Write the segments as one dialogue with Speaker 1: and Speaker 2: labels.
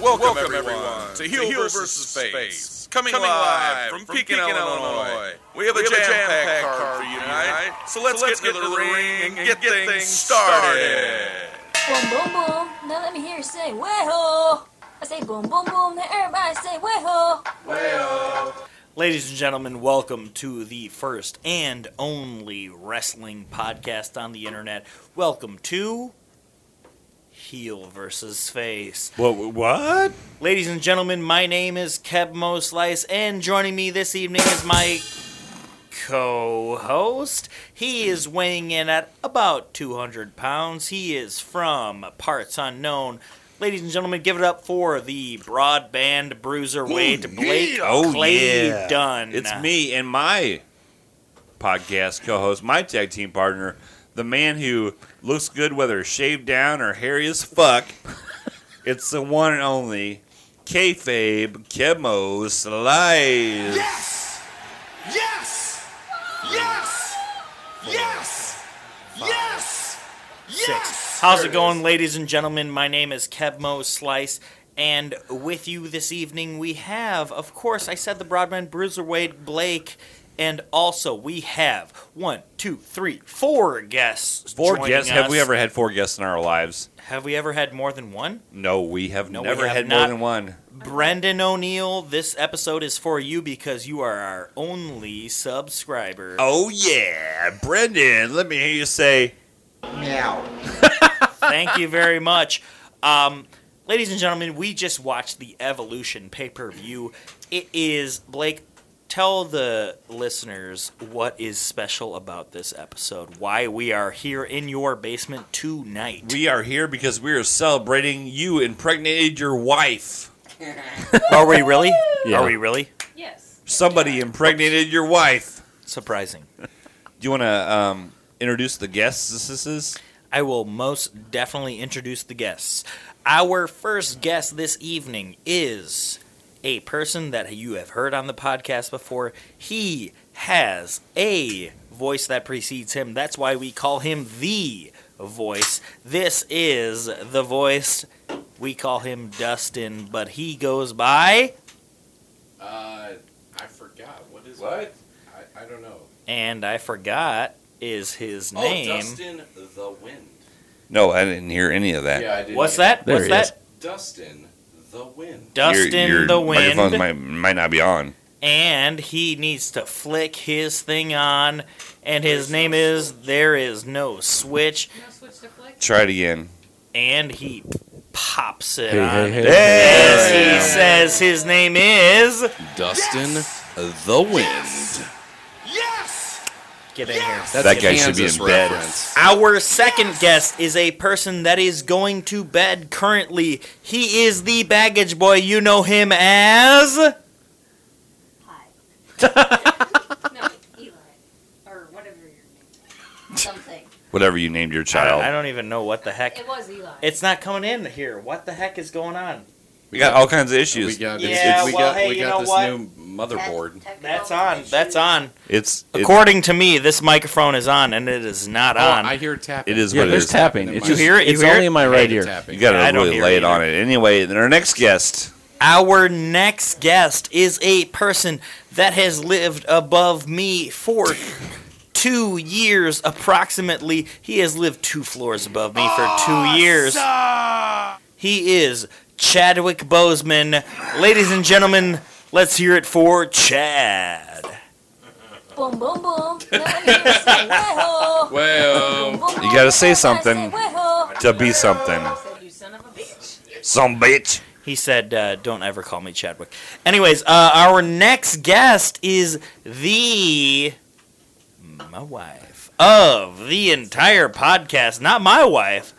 Speaker 1: Welcome, everyone, to Heel vs. Spades. Coming, live from Pekin, Illinois. We have a jam-packed card for you tonight, so let's get into the ring and get things started.
Speaker 2: Boom, boom, boom. Now let me hear you say, way-ho. I say, boom, boom, boom. Now everybody say, way-ho.
Speaker 3: Ladies and gentlemen, welcome to the first and only wrestling podcast on the internet. Welcome to Heel versus Face.
Speaker 4: What? What?
Speaker 3: Ladies and gentlemen, my name is Kev Mo Slice, and joining me this evening is my co host. He is weighing in at about 200 pounds. He is from Parts Unknown. Ladies and gentlemen, give it up for the broadband bruiserweight Blake
Speaker 4: Oh
Speaker 3: Clay
Speaker 4: yeah.
Speaker 3: Dunn.
Speaker 4: It's me and my podcast co-host, my tag team partner, the man who looks good whether shaved down or hairy as fuck. it's the one and only kayfabe Kemo Slice.
Speaker 5: Yes! Yes! Yes! Yes! Yes!
Speaker 3: six.
Speaker 5: Yes!
Speaker 3: How's it going, ladies and gentlemen? My name is Kevmo Slice, and with you this evening we have, of course, I said the Broadman Bruiserweight Blake, and also we have one, two, three, four guests.
Speaker 4: Four
Speaker 3: joining
Speaker 4: guests. Have we
Speaker 3: us.
Speaker 4: ever had four guests in our lives?
Speaker 3: Have we ever had more than one?
Speaker 4: No, we have
Speaker 3: No, we
Speaker 4: never
Speaker 3: have
Speaker 4: had
Speaker 3: not.
Speaker 4: more than one.
Speaker 3: Brendan O'Neill, this episode is for you because you are our only subscriber.
Speaker 4: Oh yeah, Brendan. Let me hear you say.
Speaker 3: Thank you very much. Um, ladies and gentlemen, we just watched the Evolution pay per view. It is, Blake, tell the listeners what is special about this episode, why we are here in your basement tonight.
Speaker 4: We are here because we are celebrating you impregnated your wife.
Speaker 3: are we really?
Speaker 4: Yeah.
Speaker 3: Are we really?
Speaker 6: Yes.
Speaker 4: Somebody impregnated your wife.
Speaker 3: Surprising.
Speaker 4: Do you want to um, introduce the guests this is?
Speaker 3: I will most definitely introduce the guests. Our first guest this evening is a person that you have heard on the podcast before. He has a voice that precedes him. That's why we call him the voice. This is the voice. We call him Dustin, but he goes by.
Speaker 7: Uh, I forgot. What is what? It? I, I don't know.
Speaker 3: And I forgot is his
Speaker 7: Oh,
Speaker 3: name.
Speaker 7: Dustin the Wind.
Speaker 4: No, I didn't hear any of that.
Speaker 7: Yeah, I did.
Speaker 3: What's that?
Speaker 4: There
Speaker 3: What's
Speaker 4: he
Speaker 3: that?
Speaker 4: is.
Speaker 7: Dustin the Wind.
Speaker 4: Your-
Speaker 3: Dustin
Speaker 4: your
Speaker 3: the Wind.
Speaker 4: Microphone might, might not be on.
Speaker 3: and he needs to flick his thing on and his name is there is no switch
Speaker 6: No switch to flick.
Speaker 4: Try it again.
Speaker 3: and he pops it on
Speaker 4: Hey!
Speaker 3: as he says his name is
Speaker 7: Dustin
Speaker 5: Yes!
Speaker 7: the Wind.
Speaker 5: Yes!
Speaker 3: get in here
Speaker 5: Yes!
Speaker 7: That's
Speaker 4: That guy should be in bed.
Speaker 3: our second guest is a person that is going to bed currently he is the baggage boy you know him as
Speaker 6: Hi. no, Eli. Or whatever your name is. Something.
Speaker 4: Whatever you named your
Speaker 3: I don't, I
Speaker 4: child.
Speaker 3: don't even know what the heck
Speaker 6: It was Eli.
Speaker 3: it's not coming in here what the heck is going on
Speaker 4: We got all kinds of issues.
Speaker 7: got,
Speaker 3: Yeah, it's-
Speaker 7: we
Speaker 3: well,
Speaker 7: got,
Speaker 3: hey,
Speaker 7: we
Speaker 3: you
Speaker 7: got
Speaker 3: know
Speaker 7: this
Speaker 3: what?
Speaker 7: new
Speaker 6: Tech-
Speaker 7: motherboard.
Speaker 6: technical
Speaker 3: that's on
Speaker 6: issues.
Speaker 3: that's on
Speaker 4: it's it,
Speaker 3: According to me, this microphone is on, and it is not on.
Speaker 7: Oh, I hear tapping.
Speaker 4: it is
Speaker 8: Yeah,
Speaker 4: what it
Speaker 8: there's
Speaker 4: is.
Speaker 8: tapping.
Speaker 7: Never
Speaker 8: It's
Speaker 7: mind.
Speaker 8: just,
Speaker 3: You hear it? You
Speaker 8: It's
Speaker 3: hear
Speaker 8: only
Speaker 3: it?
Speaker 8: in my right ear.
Speaker 7: Tapping.
Speaker 4: You got
Speaker 3: I
Speaker 4: to
Speaker 3: don't
Speaker 4: really
Speaker 3: hear
Speaker 4: lay
Speaker 3: it
Speaker 4: it on it. Anyway, then our next guest.
Speaker 3: Our next guest is a person that has lived above me for two years approximately. He has lived two floors above me for two years. He is Chadwick Bozeman. Ladies and gentlemen, let's hear it for Chad.
Speaker 2: Boom, boom, boom. Now let me hear you say, way-ho.
Speaker 7: Well,
Speaker 2: Boom, boom,
Speaker 4: You gotta
Speaker 2: boom.
Speaker 4: say
Speaker 2: Everybody
Speaker 4: something.
Speaker 2: way-ho.
Speaker 4: To be something.
Speaker 6: I said, you son of a bitch.
Speaker 4: Some bitch.
Speaker 3: He said, uh, "Don't ever call me Chadwick." Anyways, uh, our next guest is the my wife of the entire podcast. Not my wife,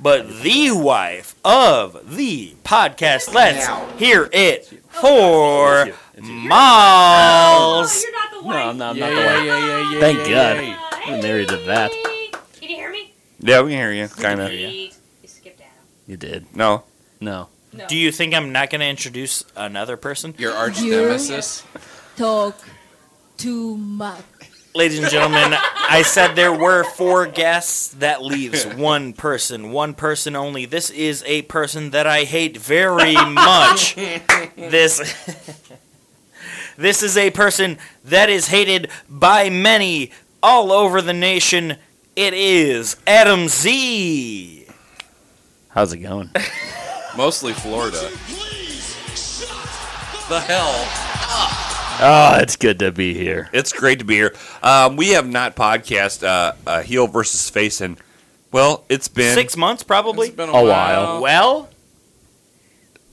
Speaker 3: but the wife of the podcast. Let's hear it for
Speaker 6: Oh,
Speaker 3: Miles.
Speaker 6: you're not the
Speaker 8: No,
Speaker 6: wife.
Speaker 8: I'm not, I'm
Speaker 7: yeah,
Speaker 8: not the
Speaker 7: yeah,
Speaker 8: one.
Speaker 7: yeah, yeah, yeah,
Speaker 8: Thank
Speaker 7: yeah,
Speaker 8: God.
Speaker 7: yeah.
Speaker 6: Uh,
Speaker 8: I'm married to that.
Speaker 6: Can you hear me?
Speaker 4: Yeah, we can hear you. Kind of.
Speaker 6: You skipped Adam.
Speaker 8: You did.
Speaker 4: No.
Speaker 8: No.
Speaker 6: No.
Speaker 3: Do you think I'm not going to introduce another person,
Speaker 7: Your arch
Speaker 9: You-
Speaker 7: nemesis.
Speaker 9: talk too much.
Speaker 3: ladies and gentlemen? I said there were four guests. That leaves one person, one person only. This is a person that I hate very much. this This is a person that is hated by many all over the nation. It is Adam Z.
Speaker 8: How's it going?
Speaker 7: Mostly Florida.
Speaker 5: Please
Speaker 4: The hell.
Speaker 8: Oh, it's good to be here.
Speaker 4: It's great to be here. Um, we have not podcast uh, uh, heel versus face, and well, it's been
Speaker 3: Six months,
Speaker 7: It's
Speaker 3: probably.
Speaker 7: been a,
Speaker 8: A
Speaker 7: while.
Speaker 8: while.
Speaker 3: well,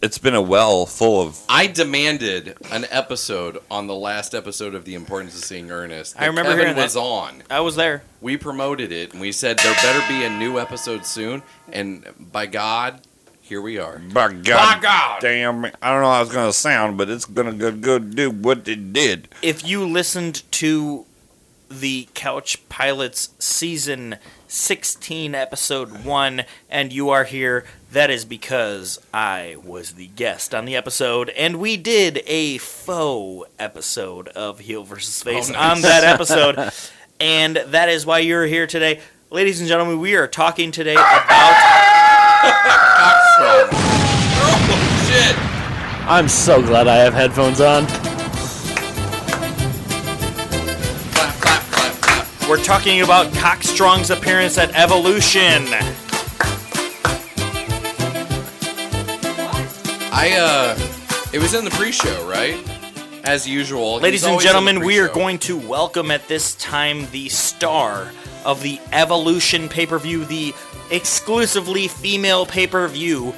Speaker 4: it's been a well full of
Speaker 7: I demanded an episode on the last episode of The Importance of Seeing Ernest.
Speaker 3: I
Speaker 7: that
Speaker 3: remember
Speaker 7: Kevin
Speaker 3: hearing that.
Speaker 7: was on.
Speaker 3: I was there.
Speaker 7: We promoted it and we said there better be a new episode soon. And by God, here we are.
Speaker 4: by God, damn. it. I don't know how it's gonna sound, but it's gonna go, go do what it did.
Speaker 3: if you listened to the Couch Pilots season 16, episode 1, and you are here, that is because I was the guest on the episode, and we did a faux episode of Heel vs. Face
Speaker 7: Oh, nice.
Speaker 3: on that episode, and that is why you're here today. Ladies and gentlemen, we are talking today about.
Speaker 8: I'm so glad I have headphones on.
Speaker 7: Clap, clap, clap, clap.
Speaker 3: We're talking about Cockstrong's appearance at Evolution.
Speaker 7: I uh, it was in the pre-show, right? As usual, he's
Speaker 3: Ladies and
Speaker 7: always in the
Speaker 3: gentlemen, we are
Speaker 7: pre-show.
Speaker 3: going to welcome at this time the star of the Evolution pay per view, the exclusively female pay per view.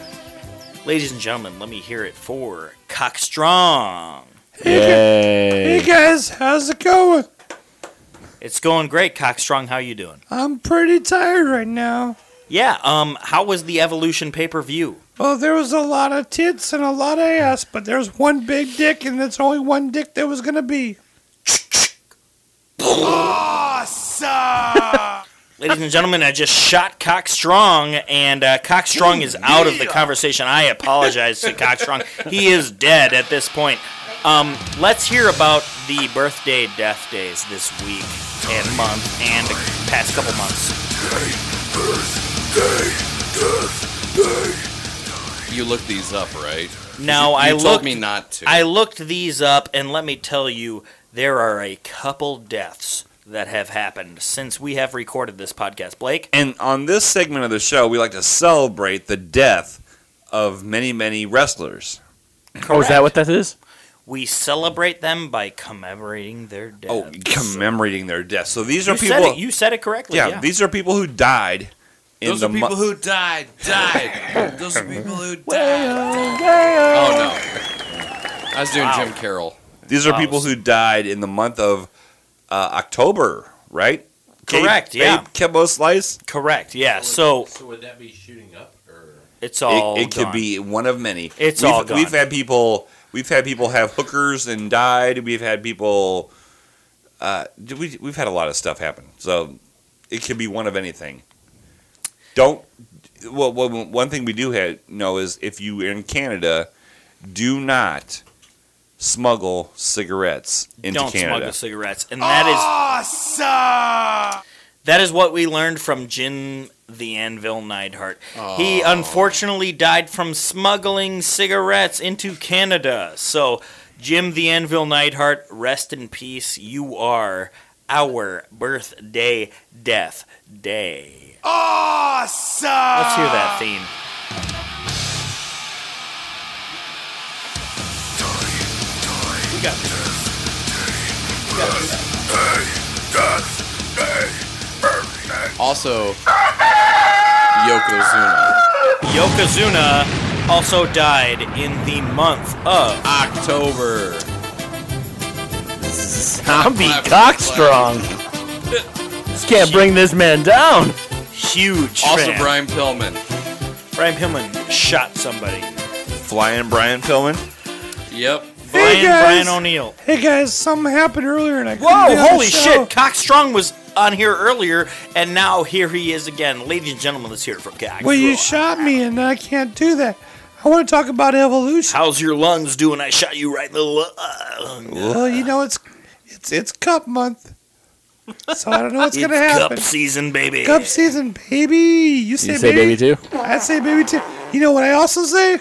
Speaker 3: Ladies and gentlemen, let me hear it for Cockstrong.
Speaker 8: Yay.
Speaker 4: guys, how's it going?
Speaker 3: It's going great, Cockstrong. How you doing?
Speaker 4: I'm pretty tired right now.
Speaker 3: Yeah. Um. How was the Evolution pay per view?
Speaker 4: Well, there was a lot of tits and a lot of ass, but there's one big dick, and that's only one dick there was gonna be.
Speaker 3: Ladies and gentlemen, I just shot Cockstrong, and uh, Cockstrong is out of the conversation. I apologize to Cockstrong. He is dead at this point. Um, let's hear about the birthday death days this week and month and the past couple months.
Speaker 7: You looked these up, right?
Speaker 3: Now,
Speaker 7: You
Speaker 3: I
Speaker 7: told
Speaker 3: looked,
Speaker 7: me not to.
Speaker 3: I looked these up, and let me tell you, there are a couple deaths that have happened since we have recorded this podcast. Blake?
Speaker 4: And on this segment of the show, we like to celebrate the death of many, many wrestlers.
Speaker 8: Oh, is that what that is?
Speaker 3: We celebrate them by commemorating their deaths.
Speaker 4: Oh, commemorating their death. So these are
Speaker 3: You
Speaker 4: people.
Speaker 3: said it. You said it correctly.
Speaker 4: yeah,
Speaker 3: yeah.
Speaker 4: these are people who died in
Speaker 7: Those
Speaker 4: the
Speaker 7: are people
Speaker 4: mo-
Speaker 7: who died, died. Those are people who died. Oh no! I was doing Jim Carroll.
Speaker 4: These
Speaker 3: Oh,
Speaker 4: are people who died in the month of uh, October, right?
Speaker 3: Correct,
Speaker 4: Gabe,
Speaker 3: yeah.
Speaker 4: Babe Kimbo Slice.
Speaker 3: Correct. Yeah. So
Speaker 7: So would that be shooting up or?
Speaker 3: it's all.
Speaker 4: it it could
Speaker 3: gone.
Speaker 4: be one of many.
Speaker 3: It's
Speaker 4: we've,
Speaker 3: all gone.
Speaker 4: We've had people. We've had people have hookers and died. We've had people. Uh, d- we we've had a lot of stuff happen. So it could be one of anything. Don't. Well, well, one thing we do have, know is if you are in Canada, do not smuggle cigarettes into
Speaker 3: Don't
Speaker 4: Canada.
Speaker 3: smuggle cigarettes, and that is that is what we learned from Jim the Anvil Neidhart. He unfortunately died from smuggling cigarettes into Canada. So, Jim the Anvil Neidhart, rest in peace. You are our birthday death day. Awesome. Let's hear that theme.
Speaker 7: Also, Yokozuna.
Speaker 3: Yokozuna also died in the month of
Speaker 7: October.
Speaker 8: Zombie cockstrong. Just can't bring this man down.
Speaker 3: huge
Speaker 7: Also,
Speaker 3: fan.
Speaker 7: Brian Pillman.
Speaker 3: Brian Pillman shot somebody.
Speaker 4: Flying Brian Pillman.
Speaker 7: Yep.
Speaker 3: Brian
Speaker 4: guys.
Speaker 3: Brian O'Neill.
Speaker 4: Hey guys, something happened earlier, and I
Speaker 3: Whoa, holy shit. Cox Strong was on here earlier, and now here he is again. Ladies and gentlemen, let's hear it from Cox.
Speaker 9: Well, you shot me, and I can't do that. I want to talk about evolution.
Speaker 3: How's your lungs doing? I shot you right in the lung.
Speaker 9: Well, you know it's it's it's Cup Month. So I don't know what's
Speaker 3: It's
Speaker 9: gonna happen.
Speaker 3: cup season, baby.
Speaker 9: Cup season, baby. You say,
Speaker 8: You say baby too?
Speaker 9: I say baby too. You know what I also say?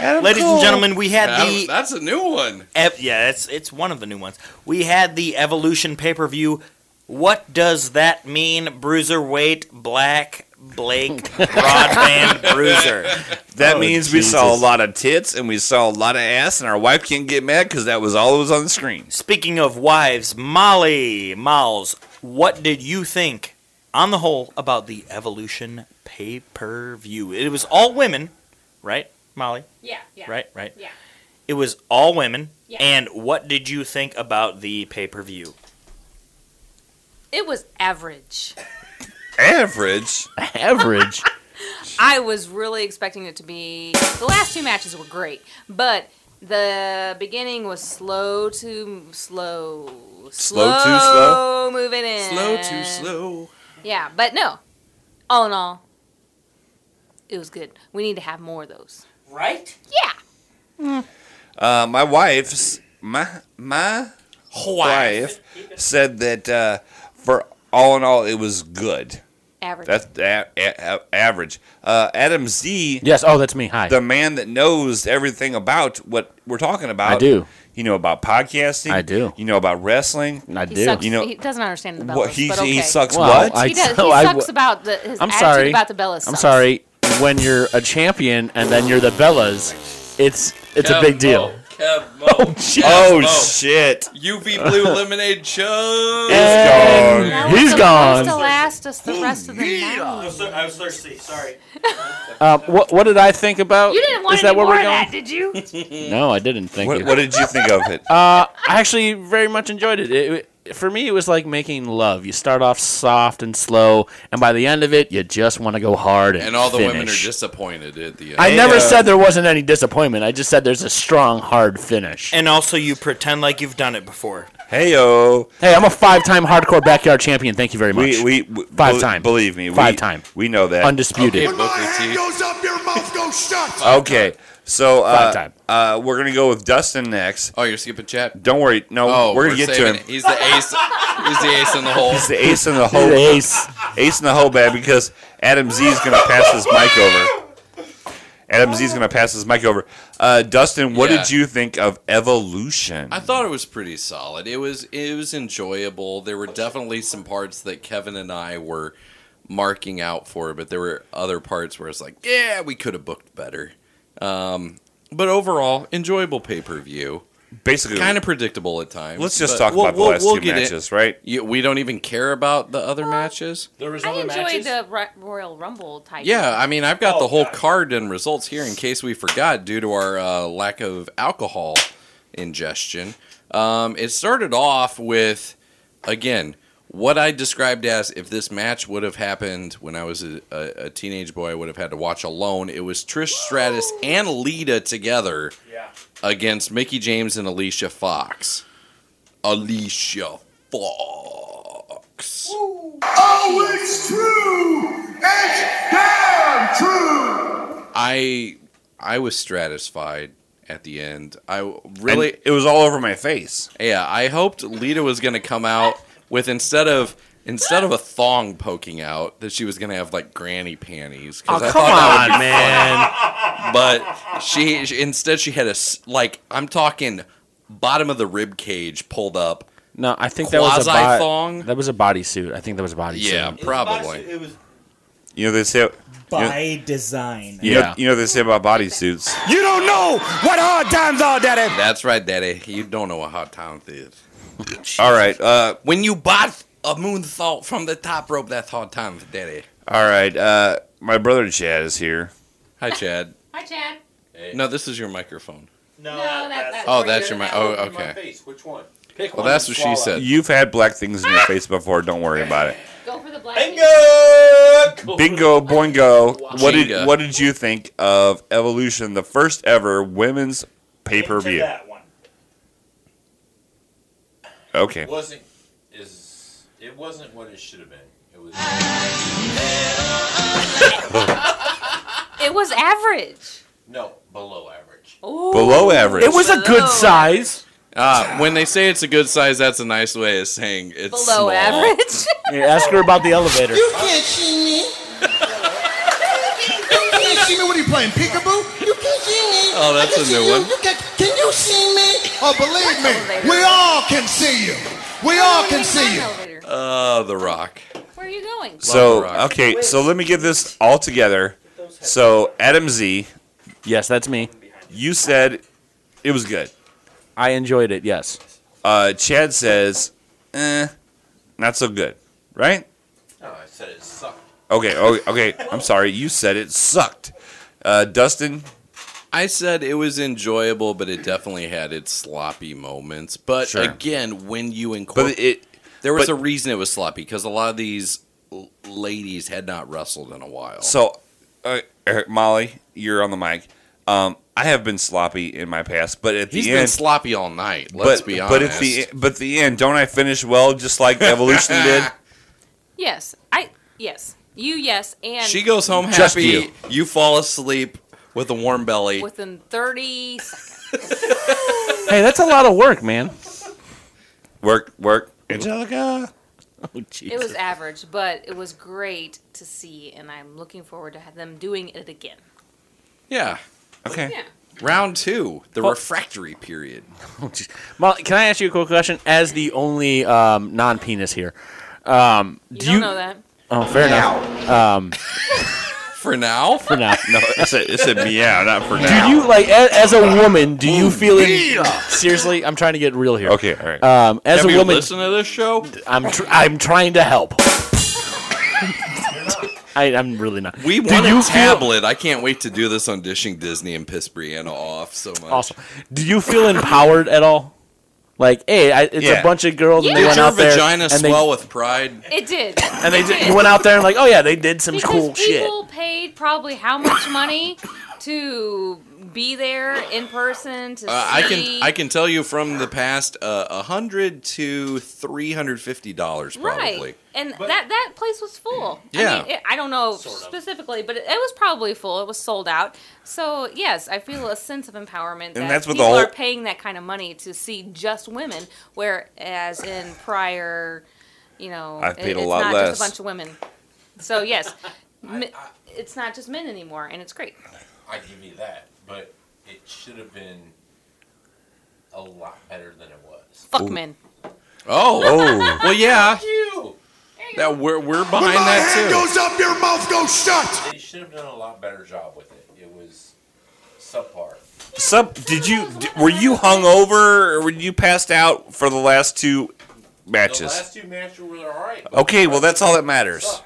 Speaker 9: Adam
Speaker 3: Ladies
Speaker 9: Cole.
Speaker 3: and gentlemen, we had
Speaker 7: That-
Speaker 3: the
Speaker 7: that's a new one.
Speaker 3: ev- yeah, it's it's one of the new ones. We had the Evolution pay per view. What does that mean, Bruiserweight Black Blake Broadband Bruiser?
Speaker 4: That
Speaker 8: Oh,
Speaker 4: means we saw a
Speaker 8: Jesus.
Speaker 4: lot of tits and we saw a lot of ass, and our wife can't get mad because that was all that was on the screen.
Speaker 3: Speaking of wives, Molly Miles, what did you think on the whole about the Evolution pay per view? It was all women, right, Molly?
Speaker 6: Yeah, yeah.
Speaker 3: Right, right.
Speaker 6: Yeah.
Speaker 3: It was all women.
Speaker 6: Yeah.
Speaker 3: And what did you think about the pay per view?
Speaker 10: It was average.
Speaker 4: Average.
Speaker 8: Average.
Speaker 10: I was really expecting it to be. The last two matches were great, but the beginning was slow to slow, slow,
Speaker 4: Slow too slow?
Speaker 10: moving in,
Speaker 7: Slow too slow.
Speaker 10: Yeah, but no. All in all, it was good. We need to have more of those.
Speaker 3: Right?
Speaker 10: Yeah.
Speaker 4: Uh, my wife's my my wife said that uh, for all in all, it was good.
Speaker 10: Average.
Speaker 4: That's a- a- a- average. Uh, Adam Z,
Speaker 8: yes. Oh, that's me. Hi.
Speaker 4: the man that knows everything about what we're talking about.
Speaker 8: I do.
Speaker 4: You know about podcasting.
Speaker 8: I do.
Speaker 4: You know about wrestling.
Speaker 8: I
Speaker 10: he
Speaker 8: do.
Speaker 10: sucks.
Speaker 4: You know-
Speaker 10: he doesn't understand the Bellas,
Speaker 4: What he
Speaker 10: but okay.
Speaker 4: he sucks
Speaker 8: Well,
Speaker 4: what?
Speaker 8: I-
Speaker 10: He, does, he
Speaker 8: so I
Speaker 10: sucks
Speaker 8: w-
Speaker 10: about the, his
Speaker 8: I'm
Speaker 10: attitude
Speaker 8: sorry.
Speaker 10: about the Bellas.
Speaker 8: I'm
Speaker 10: sucks.
Speaker 8: sorry. When you're a champion and then you're the Bellas, it's it's a big deal.
Speaker 7: Kev Mo.
Speaker 4: oh
Speaker 7: Kev Mo.
Speaker 4: shit!
Speaker 7: UV Blue Lemonade Chug.
Speaker 4: It's gone.
Speaker 10: That
Speaker 8: He's
Speaker 10: was supposed to
Speaker 8: gone.
Speaker 10: last us the rest of the night.
Speaker 3: I was thirsty. Sorry.
Speaker 8: Um, what what did I think about?
Speaker 10: You didn't want
Speaker 8: Is that
Speaker 10: any
Speaker 8: where
Speaker 10: more
Speaker 8: we're
Speaker 10: of that,
Speaker 8: going?
Speaker 10: did you?
Speaker 8: No, I didn't. Thank
Speaker 4: What,
Speaker 8: you.
Speaker 4: what did you think of it?
Speaker 8: Uh, I actually very much enjoyed it. It, it. For me, it was like making love. You start off soft and slow, and by the end of it, you just want to go hard and,
Speaker 7: And all the women are
Speaker 8: finish.
Speaker 7: disappointed at the end.
Speaker 8: I
Speaker 4: Hey,
Speaker 8: never
Speaker 4: uh,
Speaker 8: said there wasn't any disappointment. I just said there's a strong, hard finish.
Speaker 3: And also, you pretend like you've done it before.
Speaker 4: Heyo.
Speaker 8: hey, I'm a five-time hardcore backyard champion. Thank you very much.
Speaker 4: We, we, we
Speaker 8: Five
Speaker 4: bel-
Speaker 8: time.
Speaker 4: Believe me, we-
Speaker 8: Five time.
Speaker 4: We know that.
Speaker 8: Undisputed.
Speaker 7: Okay, Booker T.
Speaker 5: goes up, your mouth goes shut.
Speaker 4: Okay, so uh,
Speaker 8: Five time.
Speaker 4: Uh, we're gonna go with Dustin next.
Speaker 7: Oh, you're skipping chat.
Speaker 4: Don't worry, no,
Speaker 7: Oh,
Speaker 4: we're gonna get to
Speaker 7: saving
Speaker 4: him.
Speaker 7: it. He's the ace. He's the ace in the hole.
Speaker 4: He's the ace in the
Speaker 8: You're the
Speaker 4: whole,
Speaker 8: ace.
Speaker 4: ace in the whole bad because Adam Z is gonna pass his mic over. Adam Z is gonna pass his mic over. Uh, Dustin, what
Speaker 7: Yeah.
Speaker 4: did you think of Evolution?
Speaker 7: I thought it was pretty solid. It was it was enjoyable. There were definitely some parts that Kevin and I were marking out for, but there were other parts where it's like, yeah, we could have booked better. Um, but overall, enjoyable pay per view.
Speaker 4: Basically,
Speaker 7: Kind of predictable at times.
Speaker 4: let's just
Speaker 7: but
Speaker 4: talk
Speaker 7: we'll-
Speaker 4: about the
Speaker 7: we'll-
Speaker 4: last
Speaker 7: we'll
Speaker 4: two
Speaker 7: get it.
Speaker 4: matches, right?
Speaker 7: You- we don't even care about the other matches.
Speaker 11: There was
Speaker 10: I
Speaker 11: other
Speaker 10: enjoyed
Speaker 11: matches.
Speaker 10: the Ro- Royal Rumble type.
Speaker 7: Yeah, I mean, I've got the whole card and results here in case we forgot due to our uh, lack of alcohol ingestion. Um, it started off with, again, what I described as if this match would have happened when I was a, a, a teenage boy, I would have had to watch alone. It was Trish Stratus and Lita together against Mickey James and Alicia Fox. Alicia Fox.
Speaker 5: Oh, it's true. It's damn true.
Speaker 7: I I was stratisfied at the end. I really
Speaker 4: And it was all over my face.
Speaker 7: yeah, I hoped Lita was going to come out with instead of instead of a thong poking out that she was going to have like granny panties
Speaker 8: Oh,
Speaker 7: cuz I
Speaker 8: come
Speaker 7: thought that would
Speaker 8: on,
Speaker 7: be-
Speaker 8: man.
Speaker 7: but she, she instead she had a s- like I'm talking bottom of the rib cage pulled up.
Speaker 8: No, I think that was a
Speaker 7: Quasi
Speaker 8: bo-
Speaker 7: thong?
Speaker 8: That was a bodysuit. I think that was a bodysuit.
Speaker 7: Yeah, probably.
Speaker 11: It was
Speaker 4: You know they say.
Speaker 11: by design.
Speaker 4: You know,
Speaker 8: Yeah.
Speaker 4: you know they say about bodysuits.
Speaker 5: You don't know what hard times are, Daddy.
Speaker 7: That's right, daddy. You don't know what hot talent is.
Speaker 4: All right, uh,
Speaker 7: When you bought a moonsault from the top rope, that's hot time, daddy.
Speaker 4: all right. Uh, my brother Chad is here.
Speaker 7: Hi, Chad.
Speaker 6: Hi, Chad.
Speaker 7: No, this is your microphone.
Speaker 11: No,
Speaker 6: that- that's-
Speaker 7: Oh, that's your mic. Oh,
Speaker 11: In my
Speaker 7: okay.
Speaker 11: face. Which one? Pick
Speaker 7: Well,
Speaker 11: one
Speaker 7: that's
Speaker 11: and
Speaker 7: what she
Speaker 11: swallow
Speaker 7: said.
Speaker 4: You've had black things in your face before. Don't worry about it.
Speaker 6: Go for the black.
Speaker 11: it. Bingo.
Speaker 4: Bingo, boingo. What did
Speaker 7: Chinga.
Speaker 4: what did you think of Evolution, the first ever women's pay per
Speaker 11: Into
Speaker 4: view?
Speaker 11: That one
Speaker 4: Okay.
Speaker 11: wasn't is it wasn't what it should have been. It was
Speaker 10: It was average.
Speaker 11: no below average.
Speaker 10: Ooh.
Speaker 4: Below average.
Speaker 8: It was a good
Speaker 10: Hello.
Speaker 8: size.
Speaker 7: Uh, when they say it's a good size, that's a nice way of saying it's
Speaker 10: Below
Speaker 7: small.
Speaker 10: average.
Speaker 8: Yeah, ask her about the elevator.
Speaker 5: can't see me. you can't see me. What are you playing, peekaboo? You can't see me.
Speaker 7: Oh, that's
Speaker 5: I can
Speaker 7: a
Speaker 5: see
Speaker 7: new
Speaker 5: you.
Speaker 7: one.
Speaker 5: You can, can you see me? Oh, believe me, we all can see you. We all can see you.
Speaker 7: Uh, The Rock.
Speaker 10: Where are you going?
Speaker 4: So okay, so let me give this all together. So Adam Z.
Speaker 8: Yes, that's me.
Speaker 4: You said it was good.
Speaker 8: I enjoyed it. Yes.
Speaker 4: Uh, Chad says, eh, not so good. Right?
Speaker 11: No, I said it sucked.
Speaker 4: Okay. Okay. okay. I'm sorry. You said it sucked. Uh, Dustin.
Speaker 7: I said it was enjoyable, but it definitely had its sloppy moments. But
Speaker 4: Sure.
Speaker 7: again, when you incorporate,
Speaker 4: But it.
Speaker 7: there was
Speaker 4: but-
Speaker 7: a reason it was sloppy because a lot of these l- ladies had not wrestled in a while.
Speaker 4: So, uh, uh, Molly, you're on the mic. Um, I have been sloppy in my past, but at the
Speaker 7: He's
Speaker 4: end,
Speaker 7: been sloppy all night. Let's
Speaker 4: but,
Speaker 7: be honest.
Speaker 4: But at the e, but the end, don't I finish well, just like Evolution did?
Speaker 10: Yes. I yes. You yes and
Speaker 7: she goes home happy.
Speaker 4: Just
Speaker 7: you.
Speaker 4: you.
Speaker 7: fall asleep with a warm belly.
Speaker 10: within 30 seconds.
Speaker 8: Hey, that's a lot of work, man.
Speaker 4: Work, work.
Speaker 9: Angelica.
Speaker 8: Oh, jeez.
Speaker 10: It was average, but it was great to see and I'm looking forward to have them doing it again.
Speaker 7: yeah.
Speaker 4: Okay.
Speaker 10: Yeah.
Speaker 7: Round two, the
Speaker 8: Oh.
Speaker 7: refractory period.
Speaker 8: Oh, jeez. Molly, can I ask you a quick question? As the only um, non-penis here, um,
Speaker 10: You
Speaker 8: do
Speaker 10: don't
Speaker 8: you?
Speaker 10: know that.
Speaker 8: Oh, fair enough. Um,
Speaker 7: For now,
Speaker 8: for now.
Speaker 4: No, it's a it's a meow, not for
Speaker 8: Do
Speaker 4: now.
Speaker 8: you like a- as a woman? Do you feel in, seriously? I'm trying to get real here.
Speaker 4: Okay, all right.
Speaker 8: Um, as
Speaker 7: have
Speaker 8: a
Speaker 7: you
Speaker 8: woman,
Speaker 7: listened to this show?
Speaker 8: I'm tr- I'm trying to help. I, I'm really not.
Speaker 7: We
Speaker 8: Do
Speaker 7: want
Speaker 8: you
Speaker 7: a
Speaker 8: feel-
Speaker 7: tablet. I can't wait to do this on dishing Disney and piss Brianna off so much.
Speaker 8: Awesome. Do you feel empowered at all? Like, hey, I, it's
Speaker 4: Yeah.
Speaker 8: a bunch of girls and they
Speaker 7: Did
Speaker 8: went
Speaker 7: your
Speaker 8: out there
Speaker 7: vagina
Speaker 8: and
Speaker 7: swell with pride?
Speaker 10: It did.
Speaker 8: they and they did, you went out there and like, oh yeah, they did some
Speaker 10: because
Speaker 8: cool
Speaker 10: people
Speaker 8: shit.
Speaker 10: paid probably how much money to be there in person to
Speaker 7: Uh, I
Speaker 10: see-
Speaker 7: can I can tell you from the past, uh, a hundred to three hundred fifty dollars probably.
Speaker 10: Right. And that that place was full. I
Speaker 7: Yeah.
Speaker 10: mean, it, I don't know specifically, but it, it was probably full. It was sold out. So, yes, I feel a sense of empowerment that
Speaker 4: And that's what the
Speaker 10: people
Speaker 4: whole-
Speaker 10: are paying that kind of money to see just women whereas in prior, you know,
Speaker 4: I've paid a
Speaker 10: it's
Speaker 4: lot
Speaker 10: not
Speaker 4: less.
Speaker 10: just a bunch of women. So, yes. m it's not just men anymore and it's great.
Speaker 11: I give you that, but it should have been a lot better than it was.
Speaker 10: Fuck men.
Speaker 7: Oh,
Speaker 4: Oh.
Speaker 7: well, yeah.
Speaker 11: You.
Speaker 7: That we're we're behind
Speaker 5: When my hand
Speaker 7: that
Speaker 5: goes up, your mouth goes shut.
Speaker 11: They should have done a lot better job with it. It was subpar.
Speaker 4: Some did you d- were you hungover or were you passed out for the last two
Speaker 11: The
Speaker 4: matches?
Speaker 11: last two matches were all right. but
Speaker 4: Okay,
Speaker 11: the
Speaker 4: well
Speaker 11: rest
Speaker 4: that's all that matters.
Speaker 11: sucked.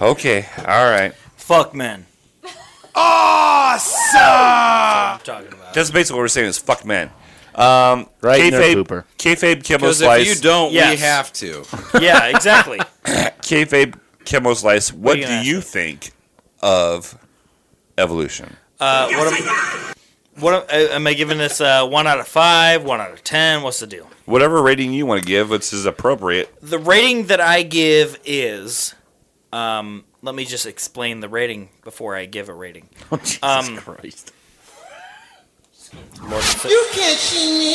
Speaker 4: Okay, all right.
Speaker 3: Fuck men.
Speaker 5: Awesome.
Speaker 11: Ah.
Speaker 3: I'm talking about.
Speaker 4: That's basically what we're saying is fuck men.
Speaker 8: Right in their
Speaker 4: Kayfabe,
Speaker 8: pooper.
Speaker 4: kayfabe chemo
Speaker 7: because if you
Speaker 4: slice.
Speaker 7: don't, we
Speaker 3: Yes.
Speaker 7: have to.
Speaker 3: yeah, exactly.
Speaker 4: Kayfabe chemo slice. What
Speaker 3: are you
Speaker 4: do
Speaker 3: gonna
Speaker 4: you think of evolution?
Speaker 3: Uh, what am, what am, am I giving this? Uh, one out of five, one out of ten. What's the deal?
Speaker 4: Whatever rating you want to give, which is appropriate.
Speaker 3: The rating that I give is. Um, let me just explain the rating before I give a rating.
Speaker 8: Oh, Jesus
Speaker 3: Um,
Speaker 8: Christ.
Speaker 5: You can't see me.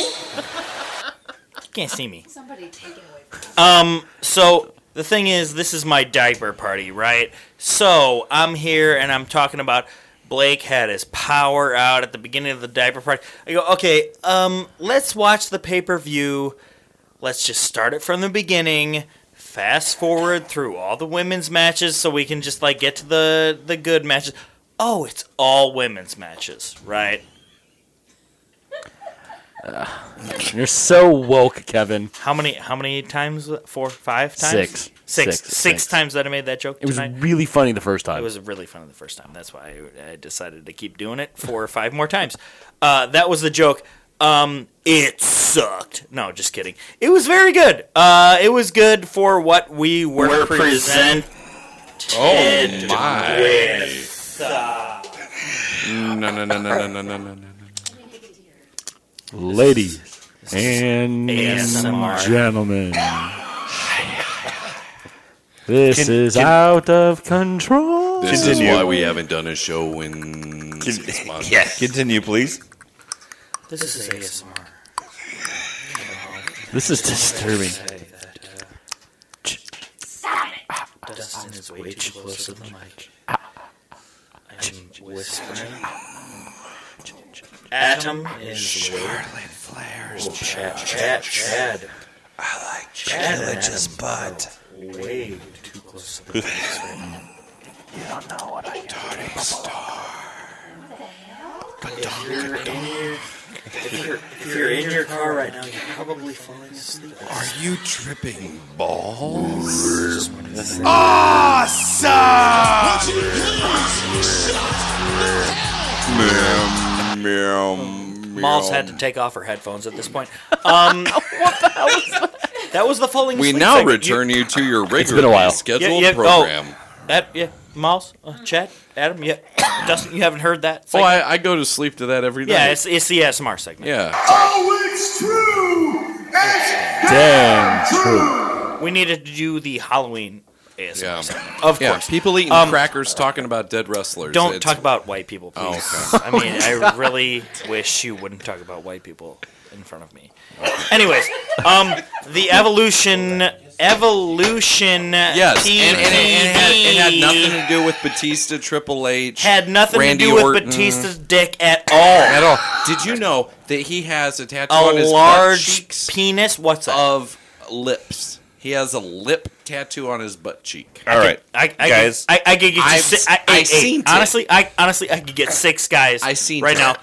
Speaker 3: You can't see me.
Speaker 6: Somebody take it away from
Speaker 3: Um, so the thing is, this is my diaper party, right? So I'm here and I'm talking about Blake had his power out at the beginning of the diaper party. I go, okay, um, let's watch the pay per view. Let's just start it from the beginning. Fast forward through all the women's matches so we can just like get to the the good matches. Oh, it's all women's matches, right?
Speaker 8: You're so woke, Kevin.
Speaker 3: How many how many times? was it? Four, five times?
Speaker 8: Six.
Speaker 3: Six.
Speaker 8: Six.
Speaker 3: Six
Speaker 8: Six.
Speaker 3: times that I made that joke.
Speaker 8: It was
Speaker 3: tonight.
Speaker 8: really funny the first time.
Speaker 3: It was really fun the first time. That's why I, I decided to keep doing it four or five more times. Uh, that was the joke. Um, it sucked. No, just kidding. It was very good. Uh, it was good for what we were, presented.
Speaker 7: Oh my! No no no no no no no no. no.
Speaker 9: Ladies and
Speaker 3: ASMR.
Speaker 9: gentlemen. This
Speaker 4: Can-
Speaker 9: is
Speaker 4: can-
Speaker 9: out of control.
Speaker 7: This
Speaker 4: Continue.
Speaker 7: is why we haven't done a show in six months.
Speaker 4: Yes. Continue, please.
Speaker 3: This is ASMR.
Speaker 8: This is disturbing.
Speaker 6: Stop it!
Speaker 3: Dustin is way too close to the mic. I'm whispering. Atom is Charlotte Flair's Chad. Chad. Chad. I like Chad and Adam's butt. Way too close to the mic right now. You don't know what I'm talking If you're in your, if you're, if you're in your car right now, you're probably falling asleep.
Speaker 5: Are you tripping balls?
Speaker 4: Ah,
Speaker 1: Meow, meow, meow.
Speaker 3: Malls had to take off her headphones at this point. Um, what the hell was that? That was the falling
Speaker 7: We
Speaker 3: asleep
Speaker 7: now
Speaker 3: segment.
Speaker 7: return you to your regularly
Speaker 8: been a while.
Speaker 7: scheduled
Speaker 3: Yeah, yeah, oh.
Speaker 7: program.
Speaker 3: That yeah, Miles, uh, Chad, Adam, yeah, Dustin, you haven't heard that?
Speaker 7: Oh,
Speaker 3: segment?
Speaker 7: I, I go to sleep to that every night.
Speaker 3: yeah, it's, it's the ASMR segment.
Speaker 7: yeah.
Speaker 5: Oh, it's true. It's
Speaker 8: Damn true.
Speaker 3: We needed to do the Halloween ASMR
Speaker 7: Yeah.
Speaker 3: segment, of
Speaker 7: Yeah,
Speaker 3: course.
Speaker 7: people eating
Speaker 3: Um,
Speaker 7: crackers talking about dead wrestlers.
Speaker 3: Don't
Speaker 7: It's-
Speaker 3: talk about white people,
Speaker 7: Oh,
Speaker 3: please. I mean, I really wish you wouldn't talk about white people in front of me. Anyways, um, the evolution, evolution.
Speaker 7: Yes, and, and, it- it, had, it had
Speaker 3: TV
Speaker 7: nothing to do with Batista, Triple H,
Speaker 3: had nothing
Speaker 7: Randy
Speaker 3: to do with
Speaker 7: Orton.
Speaker 3: Batista's dick at all.
Speaker 7: at all. Did you know that he has a tattoo
Speaker 3: A
Speaker 7: on his butt
Speaker 3: large
Speaker 7: cheeks
Speaker 3: penis. What's that?
Speaker 7: of lips? He has a lip tattoo on his butt cheek.
Speaker 4: All right,
Speaker 3: I, I
Speaker 4: guys.
Speaker 3: could, I, I could get you.
Speaker 7: I've
Speaker 3: si-
Speaker 7: s-
Speaker 3: I,
Speaker 7: I
Speaker 3: hey, hey,
Speaker 7: seen it.
Speaker 3: honestly, I honestly, I could get six guys.
Speaker 7: I seen
Speaker 3: right
Speaker 7: it.
Speaker 3: now.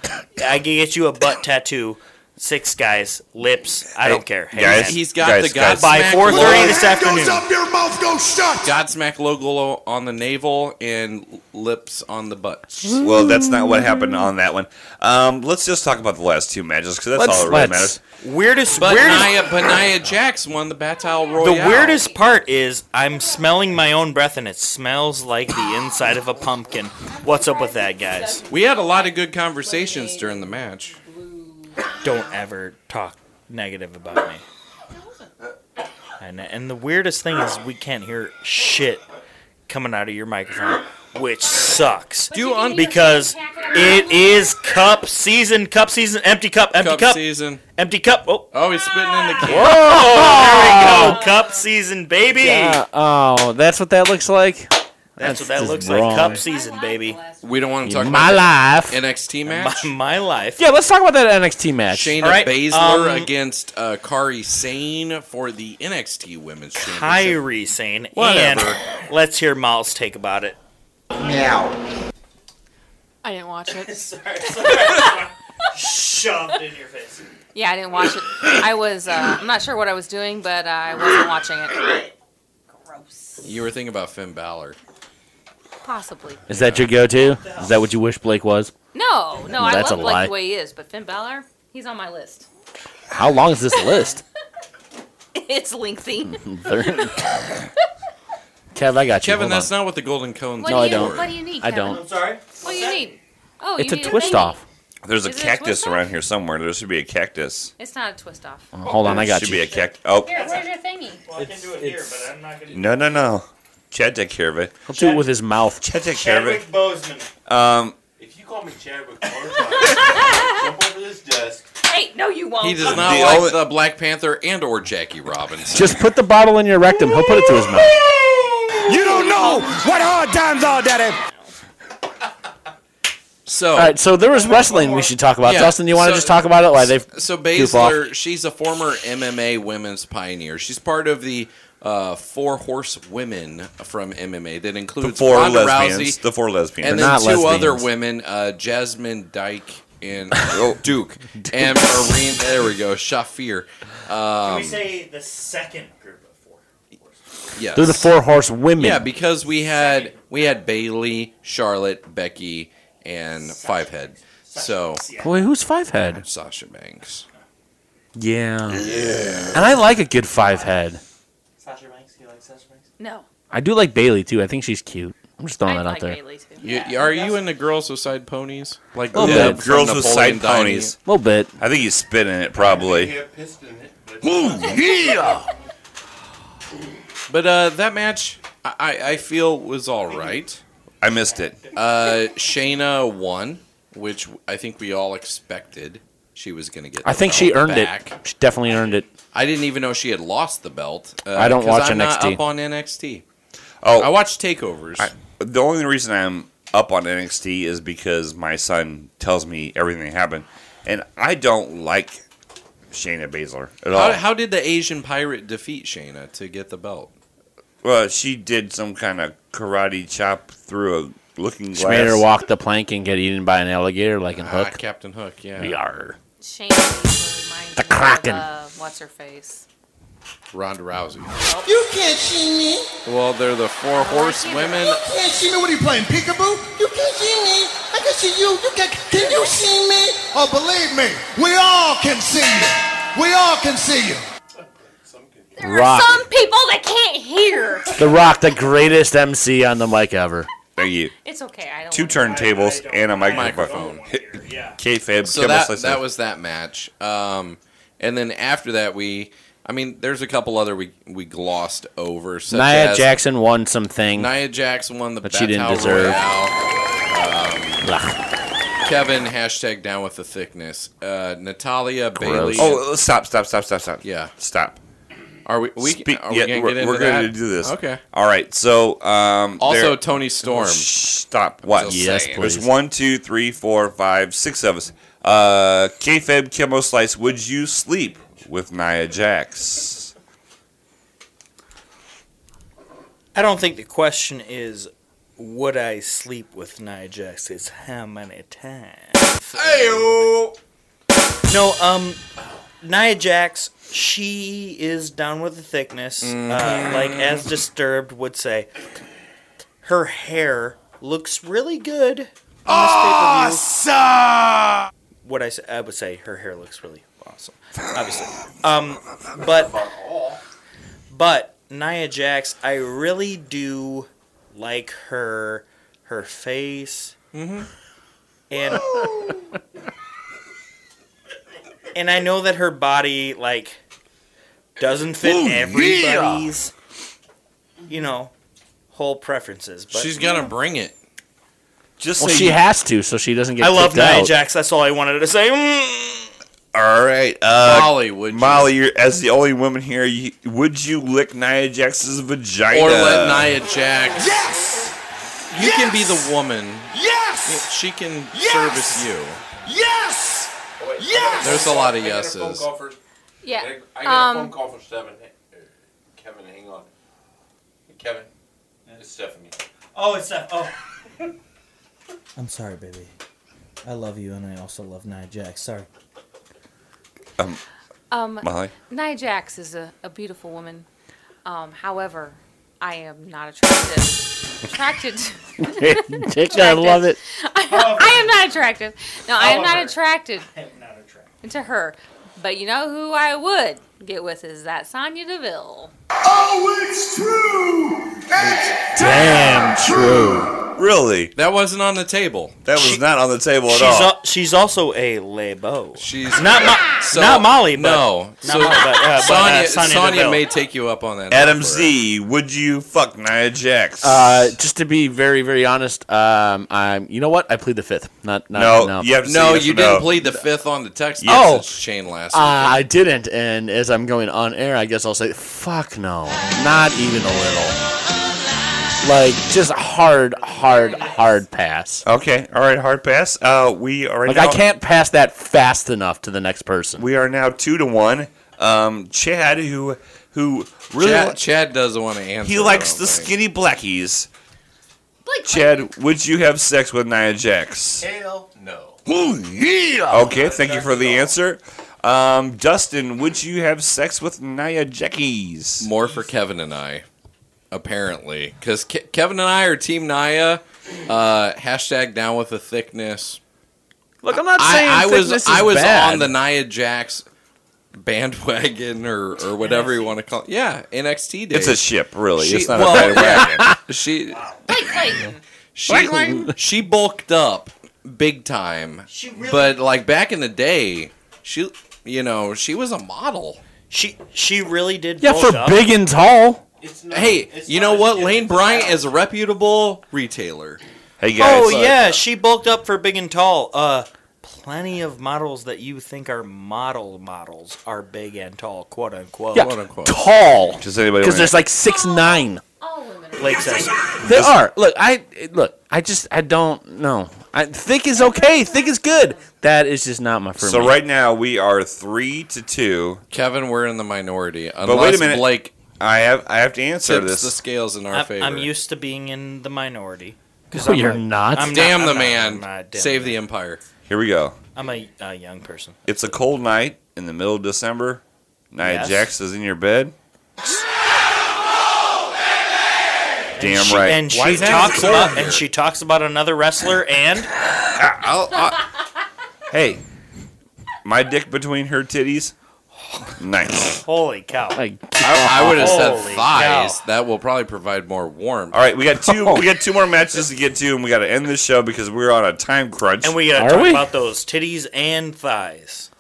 Speaker 3: I could get you a butt tattoo. Six guys, lips. I don't care. Hey,
Speaker 4: guys,
Speaker 3: man.
Speaker 7: He's got
Speaker 4: Guys,
Speaker 7: the
Speaker 4: guys.
Speaker 7: Godsmack
Speaker 3: by four
Speaker 7: logo-
Speaker 3: thirty this afternoon.
Speaker 5: Goes up, your mouth goes shut.
Speaker 7: Godsmack logo on the navel and lips on the butt.
Speaker 4: Well, that's not what happened on that one. Um, let's just talk about the last two matches because that's
Speaker 8: Let's-
Speaker 4: all that really
Speaker 8: let's.
Speaker 4: matters.
Speaker 3: Weirdest,
Speaker 7: But
Speaker 3: weirdest.
Speaker 7: Nia, but Nia Jax won the Battle Royale.
Speaker 3: the weirdest part is I'm smelling my own breath and it smells like the inside of a pumpkin. What's up with that, guys?
Speaker 7: We had a lot of good conversations during the match.
Speaker 3: Don't ever talk negative about me. And, and the weirdest thing is we can't hear shit coming out of your microphone, which sucks.
Speaker 7: Do you un-
Speaker 3: because it is cup season, cup season, empty cup, empty
Speaker 7: cup,
Speaker 3: cup,
Speaker 7: season.
Speaker 3: empty cup. Oh,
Speaker 7: Oh, he's spitting in the can.
Speaker 3: oh, there we go, cup season, baby.
Speaker 8: Uh, oh, that's what that looks like.
Speaker 3: That's what
Speaker 8: That's
Speaker 3: that looks
Speaker 8: just
Speaker 3: like,
Speaker 8: wrong.
Speaker 3: cup season, baby.
Speaker 7: We don't want to talk
Speaker 8: My
Speaker 7: about that
Speaker 8: life.
Speaker 7: NXT
Speaker 3: My,
Speaker 7: match.
Speaker 3: my life.
Speaker 8: Yeah, let's talk about that NXT match.
Speaker 7: Shayna
Speaker 3: All right,
Speaker 7: Baszler
Speaker 3: um,
Speaker 7: against uh, Kari Sane for the NXT Women's Championship.
Speaker 3: Kyrie Sane.
Speaker 7: Whatever.
Speaker 3: And let's hear Miles' take about it.
Speaker 10: I didn't watch it.
Speaker 3: Shoved in your face.
Speaker 10: Yeah, I didn't watch it. I was, uh, I'm not sure what I was doing, but I wasn't watching it. Gross.
Speaker 7: You were thinking about Finn Balor.
Speaker 10: Possibly.
Speaker 8: Is that your go-to? Is that what you wish Blake was?
Speaker 10: No, no, I
Speaker 8: That's
Speaker 10: love
Speaker 8: a
Speaker 10: Blake
Speaker 8: lie.
Speaker 10: the way he is, but Finn Balor, he's on my list.
Speaker 8: How long is this list?
Speaker 10: It's lengthy.
Speaker 8: Mm-hmm. Kev, I got you.
Speaker 7: Kevin,
Speaker 8: Hold on.
Speaker 7: that's not what the Golden Cone.
Speaker 10: What
Speaker 8: No,
Speaker 10: do
Speaker 8: I
Speaker 10: you,
Speaker 8: don't.
Speaker 10: What do you need?
Speaker 8: I
Speaker 10: Kevin?
Speaker 8: don't.
Speaker 1: Sorry.
Speaker 10: What do you need? Oh,
Speaker 8: It's
Speaker 10: you
Speaker 8: a
Speaker 10: need
Speaker 8: twist
Speaker 10: baby.
Speaker 8: off.
Speaker 4: There's a
Speaker 10: Is it a
Speaker 4: cactus
Speaker 10: twist
Speaker 4: around here somewhere. There should be a cactus.
Speaker 10: It's not a twist off.
Speaker 8: Uh, Hold on, I got
Speaker 4: should
Speaker 8: you.
Speaker 4: be a cactus. Oh,
Speaker 6: Here, where's your thingy?
Speaker 3: Well, I can do it here, but I'm not going
Speaker 4: no, no, no. Chad take care of it.
Speaker 8: He'll do it with his mouth.
Speaker 4: Chad take care of it.
Speaker 1: Bozeman.
Speaker 4: Um,
Speaker 11: If you call me Chadwick one time, jump over this desk.
Speaker 10: Hey, no, you won't.
Speaker 7: He does not
Speaker 4: The
Speaker 7: like
Speaker 4: only-
Speaker 7: the Black Panther and or Jackie Robinson.
Speaker 8: Just put the bottle in your rectum. He'll put it to his mouth.
Speaker 5: You don't know what hard times are, Daddy.
Speaker 7: So,
Speaker 8: All right, so there was wrestling we should talk about.
Speaker 7: Yeah,
Speaker 8: Dustin, you want to
Speaker 7: so-
Speaker 8: just talk about it? Like they
Speaker 7: so
Speaker 8: goof off.
Speaker 7: Baszler, she's a former MMA women's pioneer. She's part of the uh, four horsewomen from MMA that
Speaker 4: the
Speaker 7: includes
Speaker 4: four
Speaker 7: Ronda
Speaker 4: lesbians.
Speaker 7: Rousey
Speaker 4: The four lesbians.
Speaker 7: and
Speaker 8: They're
Speaker 7: then
Speaker 8: not
Speaker 7: two
Speaker 8: lesbians.
Speaker 7: other women, uh, Jasmine Dyke and uh, Duke and Marine. There we go, Shafir. Um,
Speaker 3: say the second group of four?
Speaker 7: yes.
Speaker 8: They're the four horse women.
Speaker 7: Yeah, because we had we had Bailey, Charlotte, Becky, and Five Head. So
Speaker 8: Wait, who's five head?
Speaker 7: Sasha Banks.
Speaker 8: Yeah. Yeah. And I like a good five head.
Speaker 1: Sasha Banks. You like Sasha Banks?
Speaker 10: No.
Speaker 8: I do like Bailey too. I think she's cute. I'm just throwing
Speaker 10: I
Speaker 8: that
Speaker 10: like
Speaker 8: out there.
Speaker 10: Bailey too.
Speaker 7: You, are you in the girls with side ponies? Like
Speaker 8: Little
Speaker 4: yeah,
Speaker 8: bit.
Speaker 4: girls
Speaker 7: Napoleon
Speaker 4: with side
Speaker 7: Dynamite.
Speaker 4: ponies.
Speaker 8: A little bit.
Speaker 4: I think he's spitting it probably.
Speaker 11: Yeah, pissed in it, but
Speaker 7: But uh, that match, I- I, I feel was all right.
Speaker 4: I missed it.
Speaker 7: Uh, Shayna won, which I think we all expected. she was going to get.
Speaker 8: I
Speaker 7: the
Speaker 8: think she
Speaker 7: belt
Speaker 8: earned
Speaker 7: back.
Speaker 8: it. She definitely earned it.
Speaker 7: I didn't even know she had lost the belt. Uh,
Speaker 8: I don't
Speaker 7: 'cause
Speaker 8: watch
Speaker 7: I'm not
Speaker 8: NXT.
Speaker 7: up on NXT.
Speaker 4: Oh,
Speaker 7: I watch takeovers.
Speaker 4: I- the only reason I'm up on NXT is because my son tells me everything that happened, and I don't like Shayna Baszler at all.
Speaker 7: How, how did the Asian pirate defeat Shayna to get the belt?
Speaker 4: well, she did some kind of karate chop through a looking glass.
Speaker 8: She made her walk the plank and get eaten by an alligator like in
Speaker 7: Ah,
Speaker 8: Hook.
Speaker 7: Captain Hook. Yeah.
Speaker 8: Yarr.
Speaker 10: Shane reminds me
Speaker 8: The
Speaker 10: of,
Speaker 8: Kraken.
Speaker 10: uh, what's her face?
Speaker 7: Ronda Rousey.
Speaker 5: You can't see me.
Speaker 7: Well, they're the four horsewomen.
Speaker 5: You can't see me. What are you playing, peekaboo? You can't see me. I can see you. You can. Can you see me? Oh, believe me, we all can see you. We all can see you.
Speaker 10: There are
Speaker 8: Rock.
Speaker 10: some people that can't hear.
Speaker 8: The Rock, the greatest MC on the mic ever.
Speaker 4: Thank you.
Speaker 10: It's okay. I don't.
Speaker 4: Two turntables and a microphone. K-Fab.
Speaker 7: So that, that was that match. Um, and then after that, we. I mean, there's a couple other we we glossed over. Such
Speaker 8: Nia
Speaker 7: as
Speaker 8: Jackson won something.
Speaker 7: Nia Jackson won the
Speaker 8: But she didn't
Speaker 7: Battle
Speaker 8: deserve.
Speaker 7: Royale. Um,
Speaker 8: Blah.
Speaker 7: Kevin hashtag down with the thickness. Uh, Natalia Bailey.
Speaker 8: Gross.
Speaker 4: Oh, stop! Stop! Stop! Stop! Stop!
Speaker 7: Yeah.
Speaker 4: Stop.
Speaker 7: Are we? we
Speaker 4: Speak-
Speaker 7: are we
Speaker 4: yeah,
Speaker 7: gonna
Speaker 4: we're,
Speaker 7: get into
Speaker 4: we're gonna
Speaker 7: that?
Speaker 4: do this.
Speaker 7: Okay.
Speaker 4: All right. So um,
Speaker 7: Also,
Speaker 4: there- Oh,
Speaker 7: Tony Storm.
Speaker 4: Stop. What?
Speaker 7: Just Yes, saying.
Speaker 4: There's
Speaker 7: please.
Speaker 4: one, two, three, four, five, six of us. Uh, K-Fab, Chemo Slice. Would you sleep with Nia Jax?
Speaker 3: I don't think the question is would I sleep with Nia Jax? It's how many times. No, um, Nia Jax, she is down with the thickness. Uh,
Speaker 12: Mhm.
Speaker 3: like as Disturbed would say, her hair looks really good. On this pay-per-view. What I say, I would say her hair looks really awesome. Obviously, um, but but Nia Jax, I really do like her her face. Mm-hmm. And and I know that her body like doesn't fit
Speaker 7: Ooh, yeah.
Speaker 3: everybody's you know whole preferences. But
Speaker 7: She's gonna bring it.
Speaker 4: Just
Speaker 8: Well, she has to, so she doesn't get.
Speaker 3: I love
Speaker 8: kicked
Speaker 3: Nia
Speaker 8: out.
Speaker 3: Jax. That's all I wanted to say. Mm.
Speaker 4: All right, uh,
Speaker 7: Molly, would you-
Speaker 4: Molly, you're, as the only woman here, you, would you lick Nia Jax's vagina?
Speaker 7: Or let
Speaker 4: uh,
Speaker 7: Nia Jax. Yes. You can be the woman.
Speaker 5: Yes.
Speaker 7: She can
Speaker 5: Yes!
Speaker 7: service you.
Speaker 5: Yes. Yes.
Speaker 7: There's a lot of
Speaker 11: I got a phone
Speaker 7: yeses.
Speaker 11: call for-
Speaker 10: Yeah,
Speaker 11: I got a- I got a
Speaker 10: um,
Speaker 11: phone call for Stephen. Kevin, hang on. Kevin, it's Stephanie.
Speaker 3: Oh, it's Steph. Oh.
Speaker 13: I'm sorry, baby. I love you, and I also love Nia Jax. Sorry.
Speaker 4: Um,
Speaker 10: Um,
Speaker 4: Molly?
Speaker 10: Nia Jax is a, a beautiful woman. Um, however, I am not attractive. attracted.
Speaker 8: Dick, I love it.
Speaker 10: I, I am not attractive. No, I am not
Speaker 3: However,
Speaker 10: attracted. I am not attracted to her. But you know who I would get with is that Sonya Deville.
Speaker 5: Oh, it's true. It's
Speaker 8: Damn true.
Speaker 4: Really?
Speaker 7: That wasn't on the table.
Speaker 4: That was not on the table at
Speaker 3: She's
Speaker 4: all.
Speaker 3: al- she's also a labo.
Speaker 7: She's
Speaker 3: not Mo-
Speaker 7: So-
Speaker 3: not Molly. But,
Speaker 7: no.
Speaker 3: not Molly, but, uh, but, uh,
Speaker 7: Sonya,
Speaker 3: Sonya
Speaker 7: Sonya
Speaker 3: Deville.
Speaker 7: may take you up on that.
Speaker 4: Adam
Speaker 7: offer.
Speaker 4: Z, would you fuck Nia Jax?
Speaker 8: Uh, just to be very, very honest, um, I'm. You know what? I plead the fifth. Not, not
Speaker 4: No,
Speaker 8: no.
Speaker 4: you have to say
Speaker 7: No,
Speaker 4: yes
Speaker 7: you
Speaker 4: or
Speaker 7: didn't
Speaker 4: no.
Speaker 7: plead the fifth on the text
Speaker 8: Yes. Oh.
Speaker 7: message chain last
Speaker 8: Uh,
Speaker 7: week.
Speaker 8: I didn't, and as I'm going on air, I guess I'll say, "Fuck no, not even a little." Like just hard, hard, hard pass.
Speaker 4: Okay, all right, hard pass. Uh, we are
Speaker 8: Like
Speaker 4: now,
Speaker 8: I can't pass that fast enough to the next person.
Speaker 4: We are now two to one. Um, Chad, who who really
Speaker 7: Chad, Chad doesn't want to answer.
Speaker 4: he likes
Speaker 7: I
Speaker 11: Oh,
Speaker 4: the
Speaker 7: don't think.
Speaker 4: skinny blackies. Chad, would you have sex with Nia Jax?
Speaker 11: Hell no.
Speaker 4: Ooh, yeah. Okay, thank you for the answer. Um, Dustin, would you have sex with Nia Jax?
Speaker 7: More for Kevin and I, apparently, because Ke- Kevin and I are Team Naya. Uh, hashtag down with the thickness.
Speaker 8: Look, I'm not saying
Speaker 7: I, I was
Speaker 8: thickness is
Speaker 7: I was
Speaker 8: bad.
Speaker 7: on the Nia Jax bandwagon or or whatever you want to call. it. Yeah, NXT days.
Speaker 4: It's a ship, really.
Speaker 7: She-
Speaker 4: it's not
Speaker 7: well,
Speaker 4: a bandwagon.
Speaker 7: yeah, she she she bulked up big time. She
Speaker 3: really-
Speaker 7: but like back in the day, she you know she was a model.
Speaker 3: She she really did.
Speaker 8: Yeah,
Speaker 3: bulk
Speaker 8: for
Speaker 3: up.
Speaker 8: big and tall.
Speaker 7: hey, you know what? Lane Bryant is a reputable retailer.
Speaker 4: Hey Oh,
Speaker 3: oh yeah, she bulked up for big and tall. Uh, plenty of models that you think are model models are big and tall, quote unquote.
Speaker 8: Yeah, tall.
Speaker 4: Does anybody
Speaker 8: Because
Speaker 4: wanna-
Speaker 8: there's like six nine.
Speaker 3: Blake says.
Speaker 8: There are. Look, I look. I just I don't know. I thick is okay. Thick is good. That is just not my first.
Speaker 4: So right now we are three to two.
Speaker 7: Kevin, we're in the minority. Unless
Speaker 4: but wait a minute,
Speaker 7: Blake
Speaker 4: I have I have to answer
Speaker 7: tips
Speaker 4: this.
Speaker 7: the scales in our
Speaker 3: I'm,
Speaker 7: favor.
Speaker 3: I'm used to being in the minority. 'Cause
Speaker 8: No,
Speaker 3: I'm
Speaker 8: you're
Speaker 3: a-
Speaker 8: not.
Speaker 3: I'm
Speaker 7: damn
Speaker 3: not-
Speaker 7: the
Speaker 3: I'm not-
Speaker 7: man.
Speaker 3: I'm not damn
Speaker 7: Save
Speaker 3: the
Speaker 7: the empire.
Speaker 4: Here we go.
Speaker 3: I'm a, a young person.
Speaker 4: It's a cold night in the middle of December. Nia
Speaker 3: Yes.
Speaker 4: Jax is in your bed. Damn
Speaker 3: she,
Speaker 4: right.
Speaker 3: And she talks about and she talks about another wrestler and
Speaker 4: Hey, my dick between her titties. Nice.
Speaker 3: holy cow.
Speaker 7: I, I would have said
Speaker 3: Holy
Speaker 7: thighs.
Speaker 3: cow.
Speaker 7: That will probably provide more warmth.
Speaker 4: All right, we got two. We got two more matches to get to, and we got to end this show because we're on a time crunch.
Speaker 3: And we gotta
Speaker 4: Are
Speaker 3: talk
Speaker 4: we?
Speaker 3: about those titties and thighs.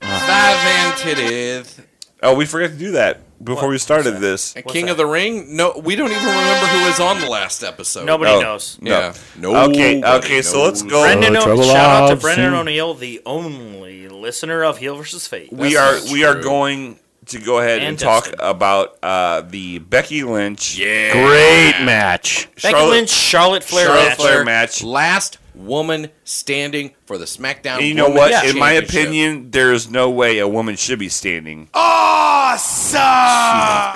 Speaker 7: Five man titties.
Speaker 4: Oh, we forgot to do that before we started this.
Speaker 7: And King of the Ring? No, we don't even remember who was on the last episode.
Speaker 3: Nobody
Speaker 4: Oh,
Speaker 3: knows.
Speaker 4: No.
Speaker 7: Yeah.
Speaker 4: Okay.
Speaker 7: Nobody
Speaker 4: Okay. So let's
Speaker 7: knows.
Speaker 4: go.
Speaker 3: Brendan o- shout out to Brendan
Speaker 4: O'Neill.
Speaker 3: O'Neill, the only listener of Heel versus Fate.
Speaker 4: we are we are going to go ahead and,
Speaker 3: And
Speaker 4: talk about uh, the Becky Lynch yeah.
Speaker 8: Great match.
Speaker 3: Becky Lynch, Charlotte Flair
Speaker 4: Charlotte
Speaker 3: match.
Speaker 4: Flair match.
Speaker 7: Last woman standing for the SmackDown.
Speaker 4: And you know
Speaker 7: Women's
Speaker 4: what? In my
Speaker 7: Championship.
Speaker 4: opinion, there is no way a woman should be standing.
Speaker 7: Awesome.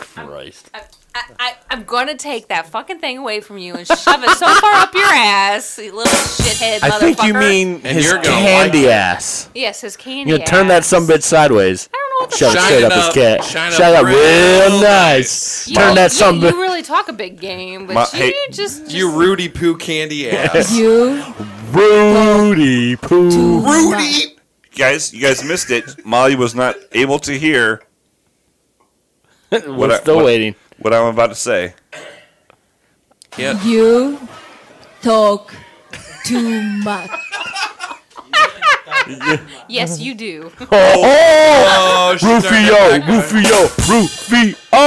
Speaker 4: Christ.
Speaker 10: I, I, I'm gonna take that fucking thing away from you and shove it so far up your ass, you little shithead
Speaker 8: I
Speaker 10: motherfucker.
Speaker 8: think you mean
Speaker 7: And
Speaker 8: his
Speaker 7: you're gonna
Speaker 8: candy
Speaker 7: like it.
Speaker 8: ass.
Speaker 10: Yes, his candy.
Speaker 8: You know, turn that
Speaker 10: ass.
Speaker 8: some bitch sideways. I don't know
Speaker 10: what the
Speaker 8: Shove it
Speaker 10: fuck- Shine
Speaker 8: straight up
Speaker 10: it
Speaker 8: his
Speaker 10: up.
Speaker 8: cat.
Speaker 10: Shine
Speaker 8: Shine,
Speaker 10: it
Speaker 8: up
Speaker 10: up
Speaker 8: real nice.
Speaker 10: You,
Speaker 8: Turn that
Speaker 10: you-
Speaker 8: some
Speaker 10: You
Speaker 8: bitch.
Speaker 10: really talk a big game, but
Speaker 8: My-
Speaker 10: you
Speaker 8: hey,
Speaker 10: just, just
Speaker 7: You Rudy Poo candy ass.
Speaker 10: You
Speaker 8: Rudy Poo.
Speaker 7: Rudy.
Speaker 4: Guys, you guys missed it. Molly was not able to hear.
Speaker 8: We're still waiting.
Speaker 4: What I'm about to say. Uh,
Speaker 7: Yeah.
Speaker 12: You talk too much.
Speaker 10: yes, you do.
Speaker 8: Oh,
Speaker 7: she turned
Speaker 8: Rufio, Rufio, Rufio.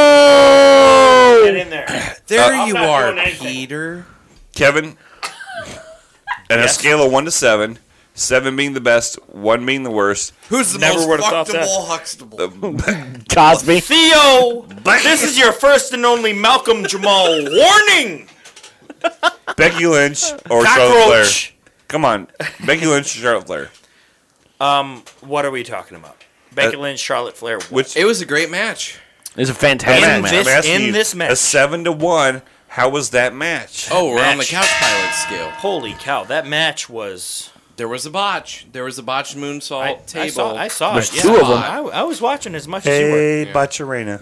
Speaker 3: Get in there.
Speaker 7: There
Speaker 4: Uh,
Speaker 7: you
Speaker 3: not
Speaker 7: are,
Speaker 3: doing anything.
Speaker 7: Peter.
Speaker 4: Kevin, on a scale of one to seven, seven being the best, one being the worst.
Speaker 7: Who's the
Speaker 3: Never
Speaker 7: most
Speaker 3: would've thought that.
Speaker 7: fuckable Huxtable?
Speaker 8: Cosby.
Speaker 3: Theo, this is your first and only Malcolm Jamal warning.
Speaker 4: Becky Lynch or Charlotte Flair?
Speaker 3: Cockroach.
Speaker 4: Come on, Becky Lynch or Charlotte Flair.
Speaker 3: Um, what are we talking about? Becky Lynch, Charlotte Flair.
Speaker 4: Uh, Which
Speaker 7: It was a great match.
Speaker 8: It's a fantastic match.
Speaker 3: this-
Speaker 4: I'm asking
Speaker 3: in
Speaker 4: you,
Speaker 3: this match.
Speaker 4: a seven to one. How was that match?
Speaker 7: Oh, we're on the
Speaker 3: Match.
Speaker 7: couch pilot scale.
Speaker 3: Holy cow, that match was.
Speaker 7: There was a botch. There was a botched moonsault
Speaker 3: I,
Speaker 7: table.
Speaker 3: I saw. I saw
Speaker 8: There's
Speaker 3: it. yeah.
Speaker 8: two of 'em.
Speaker 3: I, I was watching as much as you were.
Speaker 4: Bacharena.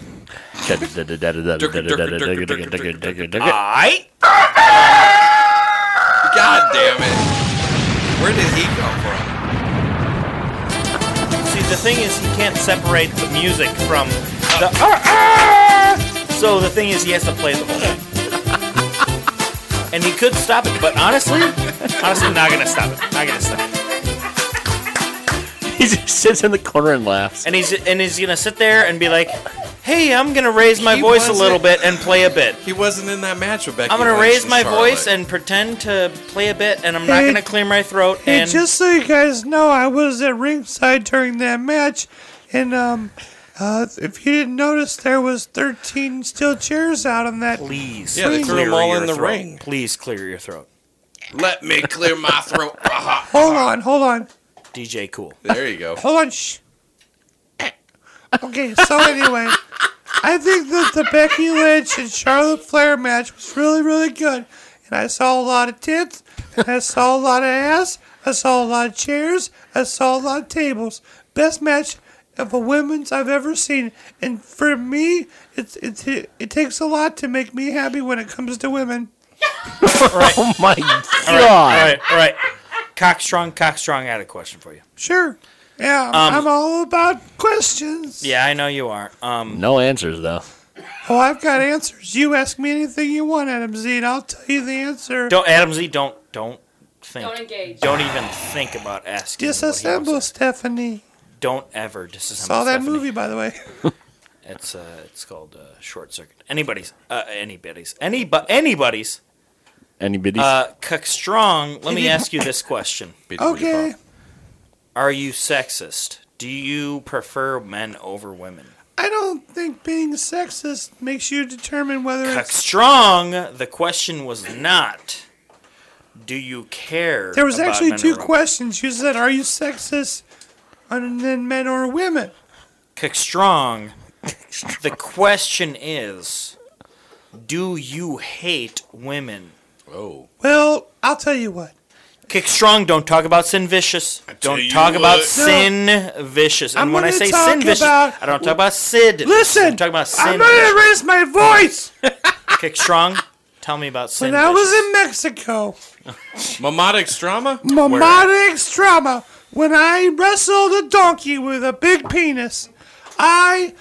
Speaker 3: I
Speaker 7: God damn it. Where did he come from?
Speaker 3: see. The thing is, he can't separate the music from
Speaker 7: Uh,
Speaker 3: the.
Speaker 7: ah,
Speaker 3: So the thing is, he has to play the whole thing. And he could stop it, but honestly, honestly, not gonna stop it. Not gonna stop it.
Speaker 8: He just sits in the corner and laughs.
Speaker 3: And he's and he's gonna sit there and be like, "Hey, I'm gonna raise my
Speaker 7: He
Speaker 3: voice a
Speaker 7: wasn't-
Speaker 3: little bit and play a bit.
Speaker 7: He wasn't in that match with Becky.
Speaker 3: I'm gonna
Speaker 7: Lynch
Speaker 3: raise
Speaker 7: and
Speaker 3: my
Speaker 7: Charlotte.
Speaker 3: voice and pretend to play a bit, and I'm not
Speaker 9: Hey,
Speaker 3: gonna clear my throat."
Speaker 9: Hey,
Speaker 3: and
Speaker 9: just so you guys know, I was at ringside during that match, and um, uh, if you didn't notice, there was 13 steel chairs out on that.
Speaker 3: please,
Speaker 7: Yeah, they threw 'em
Speaker 3: clear
Speaker 7: all
Speaker 3: your
Speaker 7: in the
Speaker 3: throat.
Speaker 7: ring.
Speaker 3: Please clear your throat,
Speaker 7: let me clear my throat. Aha.
Speaker 9: Hold on, hold on,
Speaker 3: DJ Cool.
Speaker 7: There you go.
Speaker 9: hold on. Shh. Okay, so anyway, I think that the Becky Lynch and Charlotte Flair match was really, really good, and I saw a lot of tits, and I saw a lot of ass, I saw a lot of chairs, I saw a lot of tables. Best match of a women's I've ever seen, and for me, it's it's it, it takes a lot to make me happy when it comes to women.
Speaker 8: Oh my
Speaker 3: All right, all
Speaker 8: god.
Speaker 3: right, all right. Cockstrong, Cockstrong, I had a question for you.
Speaker 9: Sure, yeah, I'm,
Speaker 3: Um,
Speaker 9: I'm all about questions.
Speaker 3: Yeah, I know you are. Um,
Speaker 8: No answers though.
Speaker 9: Oh, I've got answers. You ask me anything you want, Adam Z, and I'll tell you the answer.
Speaker 3: don't Adam Z, don't don't think,
Speaker 6: Don't engage.
Speaker 3: don't even think about asking. what he wants
Speaker 9: Disassemble,
Speaker 3: to-
Speaker 9: Stephanie.
Speaker 3: Don't ever disassemble.
Speaker 9: Saw that
Speaker 3: Stephanie.
Speaker 9: movie, by the way.
Speaker 3: It's uh, it's called uh, Short Circuit. Anybody's, uh, anybody's, anybody, anybody's.
Speaker 8: Anybody?
Speaker 3: Uh, Cockstrong, let me ask you this question.
Speaker 7: Beat the
Speaker 9: Okay.
Speaker 7: booty
Speaker 3: Are you sexist? Do you prefer men over women?
Speaker 9: I don't think being sexist makes you determine whether
Speaker 3: Cut
Speaker 9: it's.
Speaker 3: strong. The question was not. Do you care?
Speaker 9: There was
Speaker 3: about
Speaker 9: actually
Speaker 3: men
Speaker 9: two
Speaker 3: or women?
Speaker 9: questions. You said, "Are you sexist?" And then men or women.
Speaker 3: Kick strong. The question is, do you hate women?
Speaker 7: Oh.
Speaker 9: Well, I'll tell you what.
Speaker 3: Kick strong. Don't talk about sin vicious. Don't
Speaker 9: you
Speaker 3: talk about
Speaker 9: what. No.
Speaker 3: sin vicious. And
Speaker 9: I'm
Speaker 3: when I
Speaker 9: gonna
Speaker 3: say
Speaker 9: talk
Speaker 3: sin vicious,
Speaker 9: about-
Speaker 3: I don't talk about Sid.
Speaker 9: Listen,
Speaker 3: I'm talking about
Speaker 9: I'm
Speaker 3: sin.
Speaker 9: gonna raise my voice.
Speaker 3: Kick strong. Tell me about sin.
Speaker 9: When I was
Speaker 3: vicious.
Speaker 9: in Mexico,
Speaker 7: Mamadic's drama?
Speaker 9: Mamadics trauma. When I wrestled a donkey with a big penis, I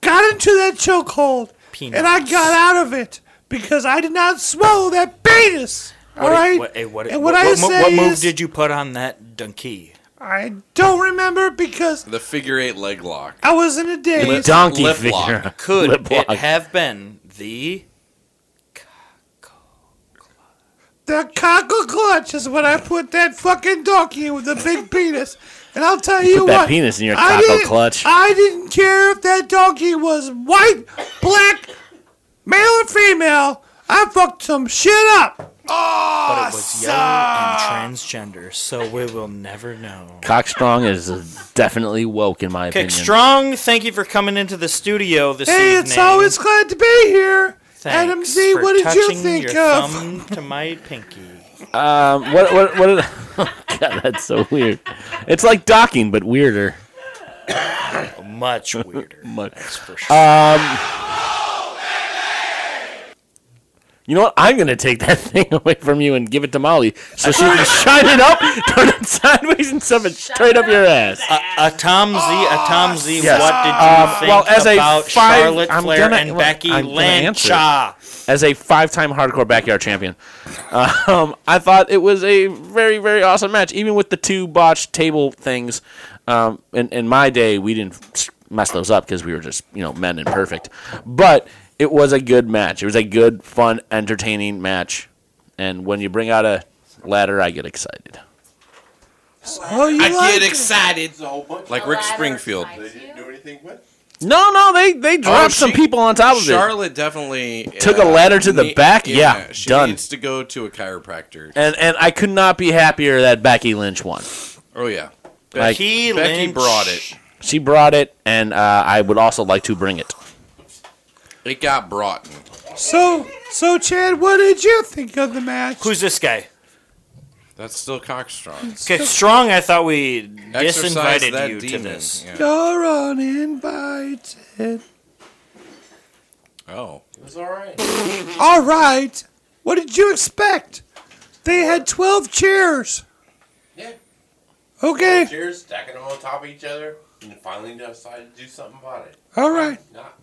Speaker 9: got into that chokehold and I got out of it because I did not swallow that penis. all
Speaker 3: What-
Speaker 9: right.
Speaker 3: What, eh, what-
Speaker 9: and
Speaker 3: what-
Speaker 9: what, I
Speaker 3: what mo-
Speaker 9: say
Speaker 3: what move
Speaker 9: is,
Speaker 3: did you put on that donkey?
Speaker 9: I don't remember because
Speaker 7: The figure eight leg lock.
Speaker 9: I was in a daze.
Speaker 7: lip lock.
Speaker 3: Could
Speaker 7: Lip
Speaker 3: it
Speaker 7: lock.
Speaker 3: have been the
Speaker 9: The cockle clutch is when I put that fucking donkey in with the big penis. And I'll tell you,
Speaker 8: put
Speaker 9: what.
Speaker 8: that penis in your
Speaker 9: I
Speaker 8: cockle
Speaker 9: didn't-
Speaker 8: clutch.
Speaker 9: I didn't care if that donkey was white, black, male or female. I fucked some shit up. Oh,
Speaker 3: But it was yellow and transgender, so we will never know.
Speaker 8: Cockstrong is definitely woke in my
Speaker 3: Kick
Speaker 8: opinion.
Speaker 3: Strong, thank you for coming into the studio this
Speaker 9: hey,
Speaker 3: evening.
Speaker 9: it's always glad to be here. Adam
Speaker 3: Thanks
Speaker 9: Z,
Speaker 3: for
Speaker 9: what did you
Speaker 3: touching
Speaker 9: think
Speaker 3: your
Speaker 9: of?
Speaker 3: Thumb to my pinky.
Speaker 8: Um, what what what? Did, Oh, God, that's so weird. It's like docking, but weirder.
Speaker 3: Much weirder.
Speaker 8: Much.
Speaker 3: That's for
Speaker 7: Uh,
Speaker 8: Um, you know what? I'm gonna take that thing away from you and give it to Molly so she can shine it up, turn it sideways, and shove it straight up your ass.
Speaker 3: A Uh, Tom Z, a Tom Z,
Speaker 8: Yes.
Speaker 3: what did you
Speaker 8: Um,
Speaker 3: think
Speaker 8: well, as a
Speaker 3: about
Speaker 8: five-
Speaker 3: Charlotte
Speaker 8: I'm
Speaker 3: Flair
Speaker 8: gonna-
Speaker 3: and
Speaker 8: well,
Speaker 3: Becky
Speaker 8: I'm gonna answer it.
Speaker 3: Lynch? Ah,
Speaker 8: As a five-time hardcore backyard champion, um, I thought it was a very, very awesome match. Even with the two botched table things, um, in, in my day we didn't mess those up because we were just you know men and perfect. But it was a good match. It was a good, fun, entertaining match. And when you bring out a ladder, I get excited.
Speaker 9: Oh, you
Speaker 7: I
Speaker 9: like
Speaker 7: get
Speaker 9: it?
Speaker 7: excited. Like Rick Springfield.
Speaker 11: They didn't do anything with it.
Speaker 8: No, no, they they dropped some
Speaker 7: she-
Speaker 8: people on top of it.
Speaker 7: Charlotte definitely uh,
Speaker 8: Took a ladder to the back? Yeah,
Speaker 7: she
Speaker 8: done.
Speaker 7: needs to go to a chiropractor.
Speaker 8: And and I could not be happier that Becky Lynch won.
Speaker 7: Oh yeah,
Speaker 8: Like-
Speaker 7: Becky, Becky brought it.
Speaker 8: She brought it, and uh, I would also like to bring it.
Speaker 7: It got brought.
Speaker 9: So, so Chad, what did you think of the match?
Speaker 3: Who's this guy?
Speaker 7: That's still cockstrong.
Speaker 3: Kick Strong, I thought we
Speaker 7: Exercise
Speaker 3: disinvited
Speaker 7: that
Speaker 3: you to
Speaker 7: demon,
Speaker 3: this.
Speaker 7: yeah.
Speaker 9: You're uninvited.
Speaker 7: Oh,
Speaker 11: It was all right.
Speaker 9: All right. What did you expect? They had 12 chairs.
Speaker 11: Yeah.
Speaker 9: Okay.
Speaker 11: Cheers, stacking them on top of each other, and finally decided to do something about it.
Speaker 9: All right.
Speaker 11: Not.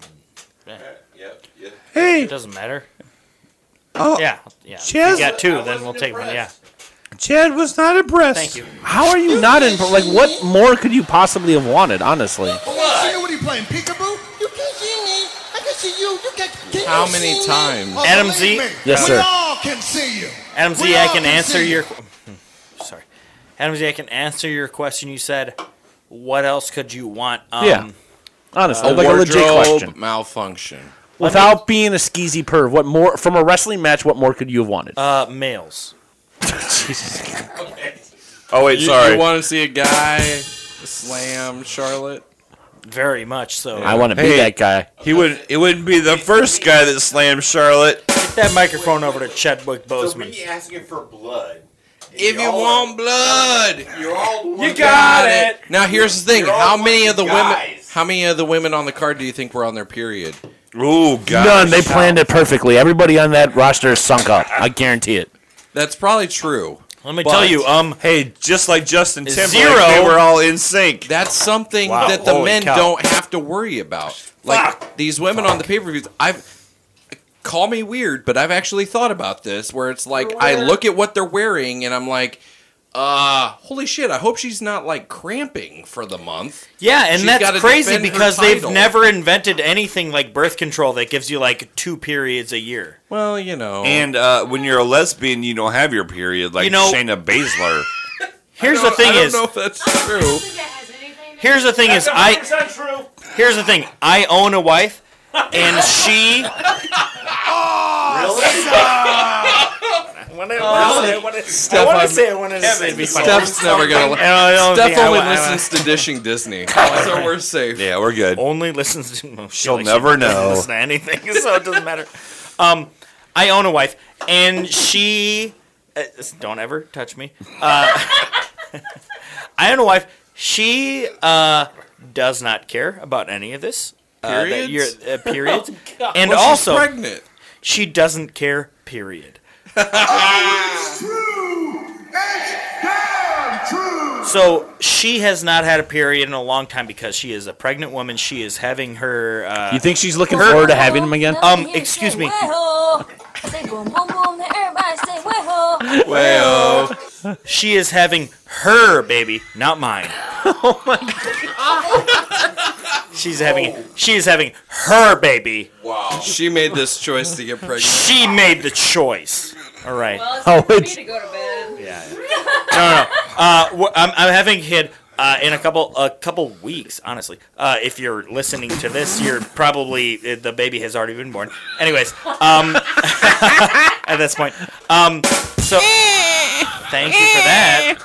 Speaker 3: Yeah.
Speaker 11: Yep. Yeah.
Speaker 9: Hey.
Speaker 3: It doesn't matter.
Speaker 9: Oh.
Speaker 3: yeah, yeah. If
Speaker 9: Cheers.
Speaker 3: you got two, then we'll take one. Yeah.
Speaker 9: Chad was not impressed.
Speaker 3: Thank you.
Speaker 8: How are you not in? Like, what more could you possibly have wanted? Honestly,
Speaker 5: Blood. What are you playing, peekaboo? You can't see me. I can see you. You can, can
Speaker 7: How
Speaker 5: you
Speaker 7: many
Speaker 5: see me?
Speaker 7: times?
Speaker 5: Oh,
Speaker 3: Adam
Speaker 5: believe
Speaker 3: Z?
Speaker 5: me,
Speaker 8: Yes,
Speaker 5: we
Speaker 8: sir.
Speaker 5: all can see you.
Speaker 3: Adam Z,
Speaker 5: We
Speaker 3: I
Speaker 5: all
Speaker 3: can answer
Speaker 5: see
Speaker 3: your. hmm,
Speaker 5: you.
Speaker 3: Sorry, Adam Z, I can answer your question. You said, "What else could you want?" Um,
Speaker 8: Yeah. honestly,
Speaker 7: a
Speaker 8: Oh, like a legit
Speaker 7: wardrobe
Speaker 8: question.
Speaker 7: malfunction.
Speaker 8: Without being a skeezy perv, what more from a wrestling match? What more could you have wanted?
Speaker 3: Uh, males.
Speaker 4: Oh wait,
Speaker 7: you,
Speaker 4: sorry.
Speaker 7: You want to see a guy slam Charlotte?
Speaker 3: Very much so.
Speaker 8: I want to be
Speaker 4: Hey.
Speaker 8: that guy.
Speaker 4: He would. It wouldn't be the first guy that slammed Charlotte.
Speaker 3: Get that microphone over to Chadwick
Speaker 11: So
Speaker 3: Boseman.
Speaker 11: we asking for blood.
Speaker 7: If you want blood,
Speaker 11: You're all
Speaker 7: you got it. Now here's the thing:
Speaker 11: You're all
Speaker 7: how
Speaker 11: lucky
Speaker 7: many of the women?
Speaker 11: guys.
Speaker 7: How many of the women on the card do you think were on their period?
Speaker 4: Ooh, God.
Speaker 8: None. They planned it perfectly. Everybody on that roster is sunk up. I guarantee it.
Speaker 7: That's probably true.
Speaker 3: Let me
Speaker 7: But-
Speaker 3: tell you, um,
Speaker 4: Hey, just like Justin Timberlake,
Speaker 3: Zero.
Speaker 4: they were all in sync.
Speaker 7: That's something
Speaker 3: Wow.
Speaker 7: that the
Speaker 3: Holy
Speaker 7: men
Speaker 3: cow.
Speaker 7: don't have to worry about. Like these women on the pay-per-views, I've call me weird, but I've actually thought about this where it's like I look at what they're wearing and I'm like, uh, holy shit, I hope she's not like cramping for the month.
Speaker 3: yeah, and
Speaker 7: She's gotta
Speaker 3: that's crazy
Speaker 7: defend her
Speaker 3: because they've
Speaker 7: title.
Speaker 3: never invented anything like birth control that gives you like two periods a year.
Speaker 7: Well, you know.
Speaker 4: And uh, when you're a lesbian, you don't have your period like
Speaker 3: You know-
Speaker 4: Shayna Baszler.
Speaker 3: Here's the thing is,
Speaker 7: that's true.
Speaker 3: Here's the thing is, I. Here's the thing. I own a wife, and she.
Speaker 7: Steph,
Speaker 3: wanna
Speaker 7: I'm-
Speaker 3: say it, I wanna say it'd Oh, be funny.
Speaker 7: Steph's never gonna.
Speaker 3: And I don't
Speaker 7: Steph
Speaker 3: think I
Speaker 7: only
Speaker 3: wa- I wa-
Speaker 7: listens to dishing Disney, so we're safe.
Speaker 4: Yeah, we're good.
Speaker 3: Only listens to. No,
Speaker 4: She'll never
Speaker 3: doesn't
Speaker 4: know.
Speaker 3: Listen to anything, so it doesn't matter. Um, I own a wife, and she. uh, don't ever touch me. Uh, I own a wife. She uh, does not care about any of this. Uh, that you're,
Speaker 7: Periods?
Speaker 3: uh, periods.
Speaker 7: Oh, God.
Speaker 3: and
Speaker 7: Well, she's
Speaker 3: also,
Speaker 7: pregnant.
Speaker 3: She doesn't care. Period. So she has not had a period in a long time because she is a pregnant woman. She is having her. Uh,
Speaker 8: You think she's looking forward to having him again?
Speaker 3: Um, excuse me.
Speaker 2: Whoa! I say boom, boom, boom. Now everybody say whoa!
Speaker 3: She is having her baby, not mine. oh my god. She's having. She is having her baby. Wow.
Speaker 7: She made this choice to get pregnant.
Speaker 3: She made the choice. All right.
Speaker 6: Well, it's
Speaker 3: Oh,
Speaker 6: time for me
Speaker 3: it's-
Speaker 6: to go to bed.
Speaker 3: Yeah. no, no. no. Uh, wh- I'm, I'm having a kid uh, in a couple a couple weeks. Honestly, uh, if you're listening to this, you're probably uh, the baby has already been born. Anyways, um, at this point, um, so thank you for that.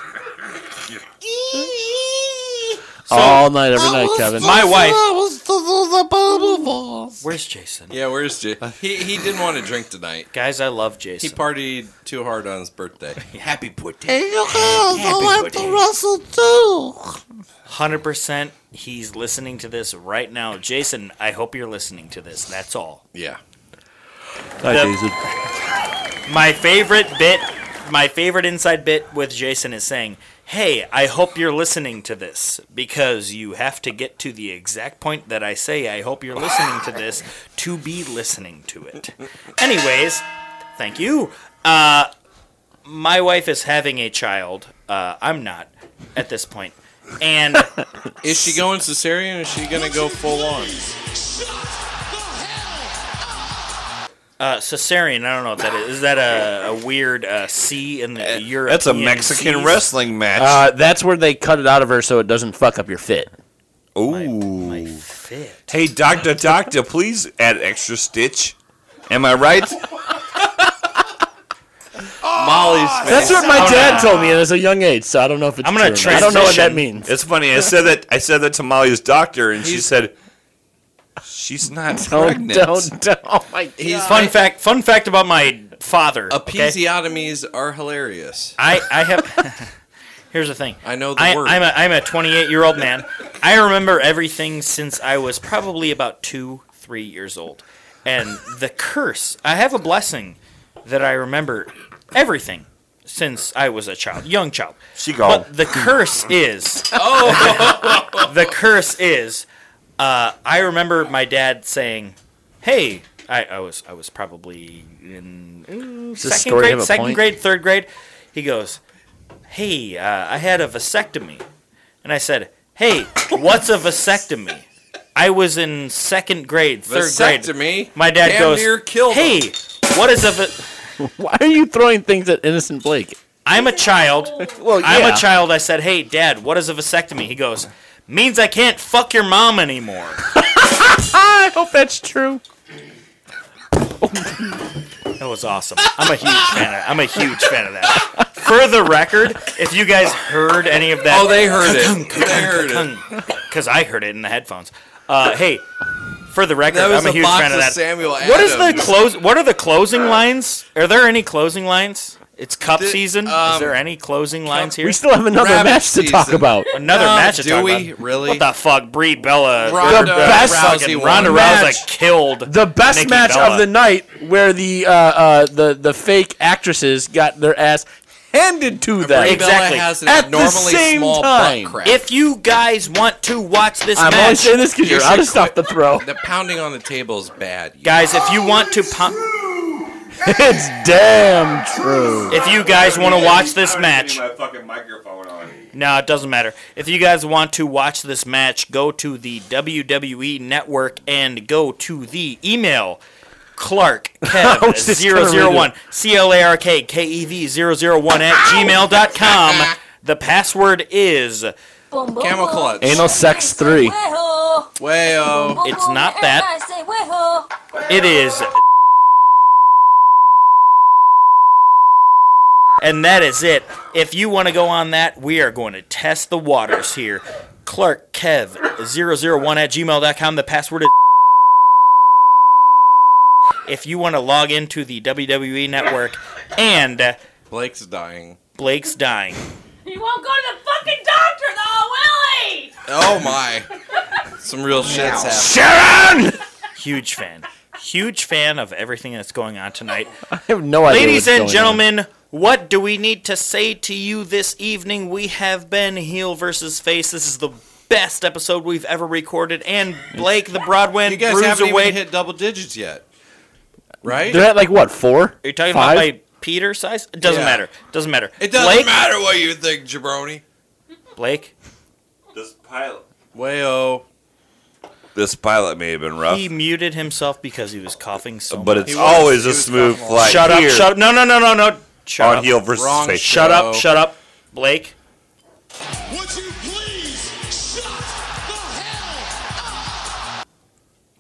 Speaker 8: All night, every
Speaker 14: Oh,
Speaker 8: night, Kevin.
Speaker 3: My wife.
Speaker 7: Where's
Speaker 3: Jason?
Speaker 7: Yeah, where's Jason? He he didn't want to drink tonight.
Speaker 3: Guys, I love Jason.
Speaker 7: He partied too hard on his birthday. Happy birthday.
Speaker 14: And you guys
Speaker 3: Happy
Speaker 14: don't have
Speaker 3: birthday.
Speaker 14: to wrestle too.
Speaker 3: Hundred percent. He's listening to this right now, Jason. I hope you're listening to this. That's all.
Speaker 7: Yeah.
Speaker 8: Hi,
Speaker 3: The-
Speaker 8: Jason.
Speaker 3: My favorite bit, my favorite inside bit with Jason is saying, "Hey, I hope you're listening to this because you have to get to the exact point that I say I hope you're listening to this to be listening to it." Anyways, thank you. Uh, my wife is having a child. Uh, I'm not at this point, and
Speaker 7: Is she going cesarean? Is she gonna go full on?
Speaker 3: Uh, cesarean. I don't know what that is. Is that a, a weird uh, C in the Europe?
Speaker 11: E
Speaker 4: Eh, That's a Mexican wrestling match.
Speaker 11: Ah.
Speaker 8: Uh, that's where they cut it out of her so it doesn't fuck up your fit.
Speaker 4: Ooh. Hey, doctor, doctor, please add extra stitch. Am I right?
Speaker 7: Molly's
Speaker 8: That's what my dad told me at a young age, so I don't know if it's
Speaker 4: I'm gonna
Speaker 8: true. or
Speaker 4: transition.
Speaker 8: not. I don't know what that means.
Speaker 4: It's funny. I said that. I said that to Molly's doctor, and she said, "She's not
Speaker 8: Don't-
Speaker 4: pregnant."
Speaker 8: don't- don't. Oh my god.
Speaker 3: fun fact. Fun fact about my father. Okay?
Speaker 7: Episiotomies are hilarious.
Speaker 3: I I have. Here's the thing.
Speaker 7: I know the
Speaker 3: I,
Speaker 7: word.
Speaker 3: I'm a I'm a 28 year old man. I remember everything since I was probably about two three years old, and the curse. I have a blessing that I remember everything since I was a child, young child.
Speaker 4: She
Speaker 8: Oh.
Speaker 4: gone.
Speaker 3: But the curse is.
Speaker 7: Oh.
Speaker 3: the curse is. Uh, I remember my dad saying, "Hey." I, I was I was probably in ooh,
Speaker 8: Does this
Speaker 3: second
Speaker 8: story have
Speaker 3: grade,
Speaker 8: a
Speaker 3: second
Speaker 8: point?
Speaker 3: grade, third grade. He goes, "Hey, uh, I had a vasectomy," and I said, "Hey, what's a vasectomy?" I was in second grade, third grade.
Speaker 7: Vasectomy?
Speaker 3: My dad
Speaker 7: Damn
Speaker 3: goes,
Speaker 7: near killed him.
Speaker 3: "Hey, what is a?" Va-
Speaker 8: Why are you throwing things at innocent Blake?
Speaker 3: I'm a child.
Speaker 8: Well,
Speaker 3: I'm
Speaker 8: yeah.
Speaker 3: a child. I said, "Hey, Dad, what is a vasectomy?" He goes, "Means I can't fuck your mom anymore."
Speaker 8: I hope that's true.
Speaker 3: That was awesome. I'm a huge fan. Of, I'm a huge fan of that. For the record, if you guys heard any of that,
Speaker 7: Oh, they heard it. They heard it.
Speaker 3: because I heard it in the headphones. Uh, hey, for the record,
Speaker 7: That was
Speaker 3: I'm a
Speaker 7: a
Speaker 3: huge
Speaker 7: box
Speaker 3: fan of
Speaker 7: of
Speaker 3: that.
Speaker 7: Samuel
Speaker 3: what is the
Speaker 7: Adams.
Speaker 3: close? What are the closing lines? Are there any closing lines? It's cup
Speaker 7: The-
Speaker 3: season. is
Speaker 7: um,
Speaker 3: there any closing lines here?
Speaker 8: We still have another
Speaker 7: Rabbit
Speaker 8: match to talk
Speaker 7: season.
Speaker 8: about.
Speaker 3: Another
Speaker 7: No,
Speaker 3: match. to
Speaker 7: do
Speaker 3: talk
Speaker 7: we?
Speaker 3: about.
Speaker 7: Really?
Speaker 3: What the fuck? Brie Bella.
Speaker 7: Ronda
Speaker 3: the
Speaker 8: best-
Speaker 3: fucking
Speaker 8: Rousey
Speaker 3: Ronda
Speaker 8: won.
Speaker 3: Rousey
Speaker 8: Match.
Speaker 3: killed
Speaker 8: The best
Speaker 3: Nikki
Speaker 8: match
Speaker 3: Bella.
Speaker 8: of the night, where the uh, uh, the the fake actresses got their ass handed to them.
Speaker 7: Brie Bella has an
Speaker 8: at the
Speaker 7: abnormally
Speaker 8: same
Speaker 7: small butt
Speaker 8: time.
Speaker 7: crack.
Speaker 3: If you guys want to watch this
Speaker 8: I'm
Speaker 3: match,
Speaker 8: only saying this because you're out of stuff to throw.
Speaker 7: The pounding on the table is bad.
Speaker 3: guys. If you want to, po-
Speaker 8: it's damn true.
Speaker 3: if you guys want to watch this match,
Speaker 11: My fucking microphone on.
Speaker 3: no, it doesn't matter. If you guys want to watch this match, go to the WWE Network and go to the email. Clark
Speaker 8: I was just gonna read it.
Speaker 3: Kev001 C L A R K K E V 001 at gmail.com. The password is
Speaker 2: Boom, boom,
Speaker 3: Camel
Speaker 2: boom.
Speaker 3: clutch.
Speaker 8: Anal sex three.
Speaker 2: Way-ho. Boom, boom,
Speaker 3: It's
Speaker 2: boom,
Speaker 3: not
Speaker 2: and
Speaker 3: that.
Speaker 2: Everybody say way-ho.
Speaker 3: It is. And that is it. If you want to go on that, we are going to test the waters here. Clark Kev 001 at gmail.com. The password is. If you want to log into the WWE network and.
Speaker 7: Blake's dying.
Speaker 3: Blake's dying.
Speaker 6: You won't go to the fucking doctor though, will he?
Speaker 7: Oh my. Some real shit's happening.
Speaker 3: Sharon! Huge fan. Huge fan of everything that's going on tonight.
Speaker 8: I have no idea.
Speaker 3: Ladies
Speaker 8: what's
Speaker 3: and
Speaker 8: going on.
Speaker 3: gentlemen, what do we need to say to you this evening? We have been heel versus face. This is the best episode we've ever recorded, and Blake the Broadway
Speaker 7: You guys haven't even
Speaker 3: Bruiserweight.
Speaker 7: hit double digits yet, right?
Speaker 8: They're at like what four?
Speaker 3: Are you talking
Speaker 8: Five?
Speaker 3: about my Peter size? It doesn't
Speaker 7: Yeah.
Speaker 3: matter. Doesn't matter.
Speaker 7: It doesn't
Speaker 3: Blake,
Speaker 7: matter what you think, jabroni.
Speaker 3: Blake,
Speaker 4: This pilot.
Speaker 7: Wayo.
Speaker 4: This pilot may have been rough.
Speaker 3: he muted himself because he was coughing so
Speaker 4: Uh, But
Speaker 3: much.
Speaker 4: it's He was- always a he was smooth coughing a lot. flight
Speaker 3: Shut up!
Speaker 4: here.
Speaker 3: Shut up! No! No! No! No! No! Shut
Speaker 4: On
Speaker 3: up.
Speaker 4: heel versus Wrong face.
Speaker 3: Shut up!
Speaker 4: show.
Speaker 3: Shut up, Blake.
Speaker 5: Would you please shut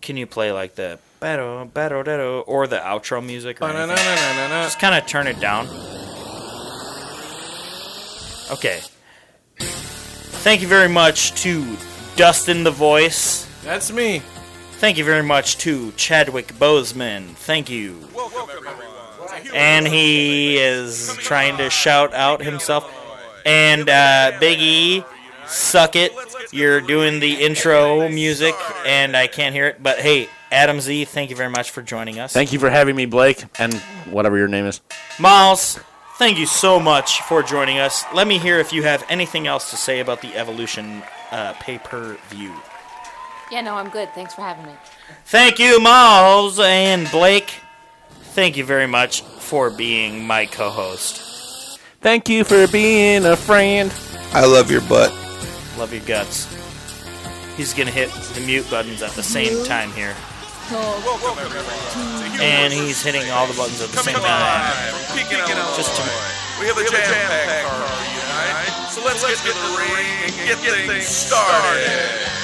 Speaker 3: Can you play like the battle, battle, battle, or the outro music? Or anything? Just kind of turn it down. Okay. Thank you very much to Dustin the Voice.
Speaker 7: That's me.
Speaker 3: Thank you very much to Chadwick Boseman. Thank you. And he is trying to shout out himself. And uh, Big E, suck it. You're doing the intro music, and I can't hear it. But hey, Adam Z, thank you very much for joining us.
Speaker 8: Thank you for having me, Blake, and whatever your name is.
Speaker 3: Miles, thank you so much for joining us. Let me hear if you have anything else to say about the Evolution uh, pay per view.
Speaker 10: Yeah, no, I'm good. Thanks for having me.
Speaker 3: Thank you, Miles and Blake. Thank you very much for being my co host.
Speaker 8: Thank you for being a friend.
Speaker 7: I love your butt.
Speaker 3: Love your guts. He's going to hit the mute buttons at the same time here.
Speaker 12: Talk
Speaker 3: And he's hitting all the buttons at the same time. Just to
Speaker 1: We have a jam pack card for you tonight. So let's get to the ring and get things started.